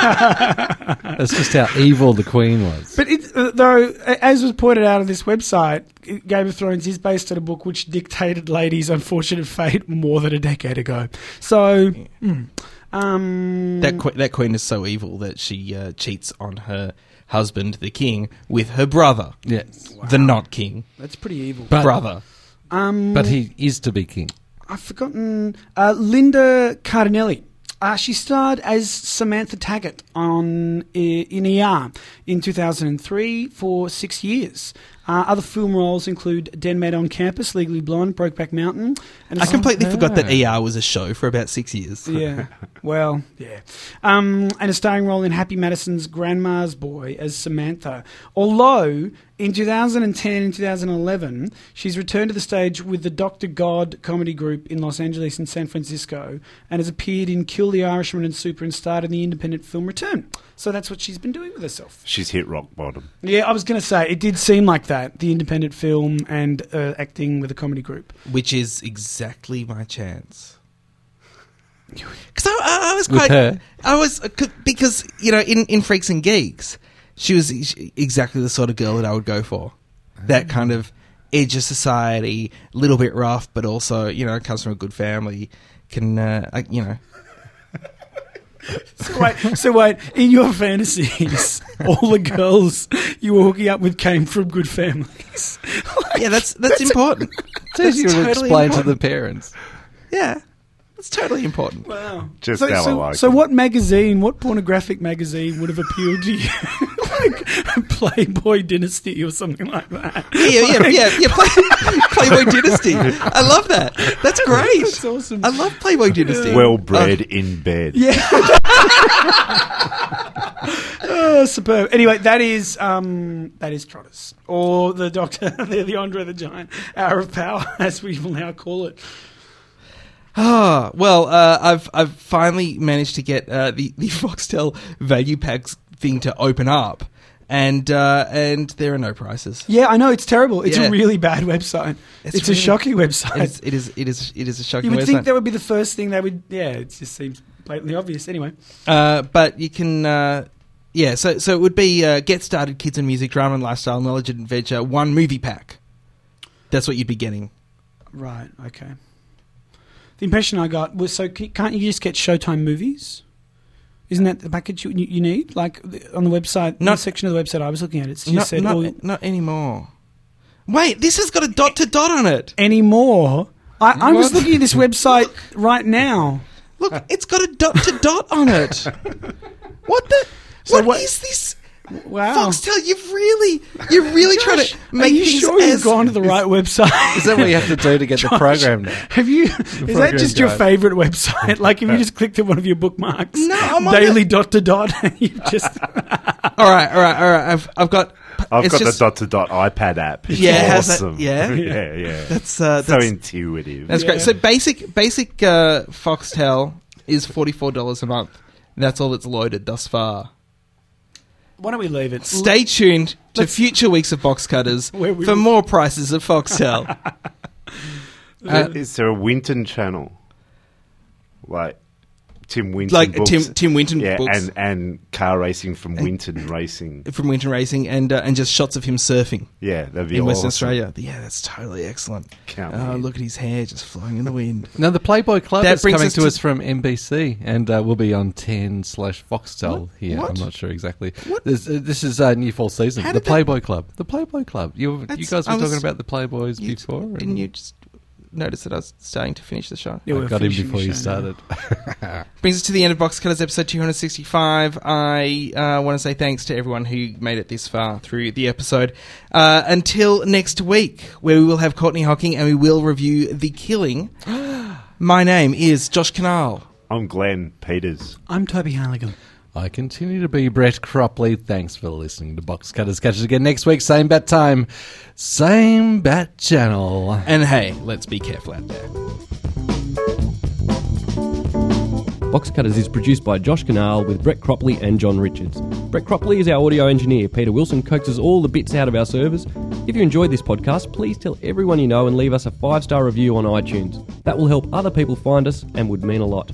S1: how, that's just how evil the Queen was.
S12: But it, uh, though, a- as was pointed out on this website, i- Game of Thrones is based on a book which dictated Lady's unfortunate fate more than a decade ago. So, mm, um,
S2: that que- that queen is so evil that she uh, cheats on her husband, the king, with her brother.
S1: Yes.
S2: the not king.
S12: that's pretty evil.
S1: But-
S2: brother.
S12: um,
S1: But he is to be king.
S12: I've forgotten uh, Linda Cardinelli. Uh, she starred as Samantha Taggart on I- in ER in 2003 for six years. Uh, other film roles include Denmaid on Campus, Legally Blonde, Brokeback Mountain, and
S2: I completely forgot that
S1: yeah.
S2: ER was a show for about six years.
S12: yeah. Well, yeah. Um, and a starring role in Happy Madison's Grandma's Boy as Samantha. Although, in 2010 and 2011, she's returned to the stage with the Dr. God comedy group in Los Angeles and San Francisco and has appeared in Kill the Irishman and Super and starred in the independent film Return. So that's what she's been doing with herself.
S3: She's hit rock bottom.
S12: Yeah, I was going to say, it did seem like that the independent film and uh, acting with a comedy group.
S2: which is exactly my chance. Because I, I, I was
S1: With
S2: quite,
S1: her?
S2: I was uh, because you know in, in Freaks and Geeks, she was ex- exactly the sort of girl that I would go for. That kind of edge of society, little bit rough, but also you know comes from a good family. Can uh, I- you know?
S12: So wait, so wait, in your fantasies, all the girls you were hooking up with came from good families. [laughs]
S2: Yeah, that's [laughs] that's, important.
S1: So you would
S2: totally
S1: explain
S2: important.
S1: to the parents.
S2: Yeah, that's totally [laughs] important.
S12: Wow.
S3: Just
S12: so,
S3: how I
S12: so,
S3: like
S12: so
S3: it.
S12: what magazine, what pornographic magazine would have appealed to you? [laughs] like Playboy Dynasty or something like that.
S2: Yeah, yeah,
S12: Like-
S2: yeah, yeah. Play, [laughs] Playboy Dynasty. I love that. That's great.
S12: That's awesome.
S2: I love Playboy Dynasty. Uh,
S3: Well bred in bed.
S12: Oh, superb. Anyway, that is um, that is Trotters or the Doctor, [laughs] the, the Andre the Giant Hour of Power, [laughs] as we will now call it.
S2: Ah, well, uh, I've I've finally managed to get uh, the [laughs] the Foxtel value packs thing to open up, and uh, and there are no prices.
S12: Yeah, I know it's terrible. It's
S2: Yeah.
S12: a really bad website. It's,
S2: It's
S12: a
S2: really-
S12: shocking website.
S2: It is it is it is, it is a shocking
S12: [laughs] you would think
S2: website.
S12: that would be the first thing they would. Yeah, it just seems blatantly obvious. Anyway,
S2: Uh, but you can, uh, yeah. So so it would be uh, get started, kids and music, drama and lifestyle, knowledge and adventure, one movie pack. That's what you'd be getting.
S12: right, okay. The impression I got was so c- can't you just get Showtime movies? Isn't that the package you, you need? Like the- on the website,
S2: Not-
S12: not section of the website I was looking at. It's just
S2: not,
S12: said "Oh,
S2: not,
S12: all,
S2: not anymore. Wait, this has got a dot to dot on it.
S12: anymore. I, I was
S2: What?
S12: looking
S2: [laughs]
S12: at this website right now.
S2: Look, it's got a dot to dot on it. What the? what
S12: what-
S2: is this?
S12: Wow.
S2: Foxtel, you've really, you're really trying
S12: Josh,
S2: to make
S12: are you
S2: things
S12: sure
S2: as
S12: you've gone to the right
S2: [laughs]
S12: website?
S1: Is that what you have to do to get the program now?
S12: Have you? Is that
S1: program
S12: just your
S1: guide. [laughs]
S12: favorite website? Like, if you just clicked at one of your bookmarks,
S2: No, I'm on
S12: daily dot to dot, [laughs] you just
S2: all right, all right, all right. I've, I've got.
S3: I've
S2: it's
S3: got
S2: just-
S3: the dot to dot iPad app. It's
S2: Yeah, it has that-
S3: awesome.
S2: yeah.
S3: [laughs] yeah, yeah.
S2: [laughs] That's uh,
S3: so
S2: that's,
S3: intuitive.
S2: that's great. So basic, basic uh, Foxtel is forty four dollars a month. And that's all that's loaded thus far.
S12: Why don't we leave it?
S2: Stay tuned to future weeks of Box Cutters
S12: [laughs] Where we
S2: for
S12: will-
S2: more prices of
S3: [laughs]
S2: Foxtel.
S3: Uh, is there a Winton channel? Like Tim Winton,
S2: Like
S3: books.
S2: Tim- Tim Winton
S3: yeah,
S2: books.
S3: and and car racing from Winton Racing.
S2: from Winter Racing and uh, and just shots of him surfing.
S3: Yeah, that'd be
S2: in Western
S3: awesome.
S2: Australia. Yeah, that's totally excellent.
S3: Can't
S2: oh,
S3: wait.
S2: look at his hair just flying in the wind.
S1: Now the Playboy Club
S2: That
S1: is
S2: brings
S1: coming
S2: us
S1: to,
S2: to-
S1: us from NBC, and uh, we'll be on Ten slash Foxtel here.
S2: What?
S1: I'm not sure exactly. This, uh, this is uh, new fall season. the Playboy Club. The Playboy Club. You, you
S2: That's-
S1: guys were
S2: I was-
S1: talking about the Playboys
S2: You-
S1: before. and-
S2: [laughs] Didn't you just notice that I was starting to finish the show?
S1: I got him before you started.
S2: Brings us to the end of Box Cutters episode 265. I uh, want to say thanks to everyone who made it this far through the episode. Uh, until next week, where we will have Courtney Hocking and we will review The [gasps] Killing. My name is Josh Canal.
S3: I'm Glenn Peters.
S12: I'm Toby Harligan.
S1: I continue to be Brett Cropley. Thanks for listening to Box Cutters. Catch us again next week, same bat time, same bat channel.
S2: And hey, let's be careful out there.
S13: Box Cutters is produced by Josh Canal with Brett Cropley and John Richards. Brett Cropley is our audio engineer. Peter Wilson coaxes all the bits out of our servers. If you enjoyed this podcast, please tell everyone you know and leave us a five star review on iTunes. That will help other people find us and would mean a lot.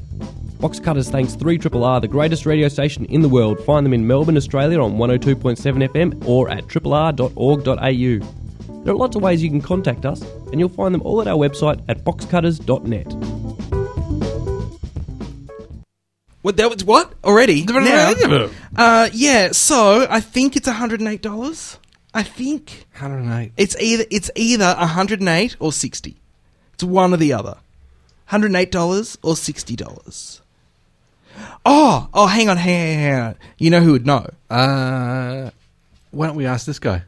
S13: Box Cutters thanks 3RRR, the greatest radio station in the world. Find them in Melbourne, Australia on 102.7 FM or at rrr.org.au. There are lots of ways you can contact us, and you'll find them all at our website at boxcutters.net.
S2: What that was what already? now? Uh, yeah. So I think it's one hundred and eight dollars. I think
S1: 108.
S2: it's either it's either one hundred and eight or sixty. It's one or the other. One hundred and eight dollars or sixty dollars. Oh, oh, hang on, hang on, hang on. You know who would know?
S1: Uh, why don't we ask this guy?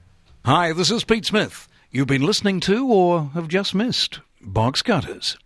S14: Hi, this is Pete Smith. You've been listening to or have just missed Box Cutters.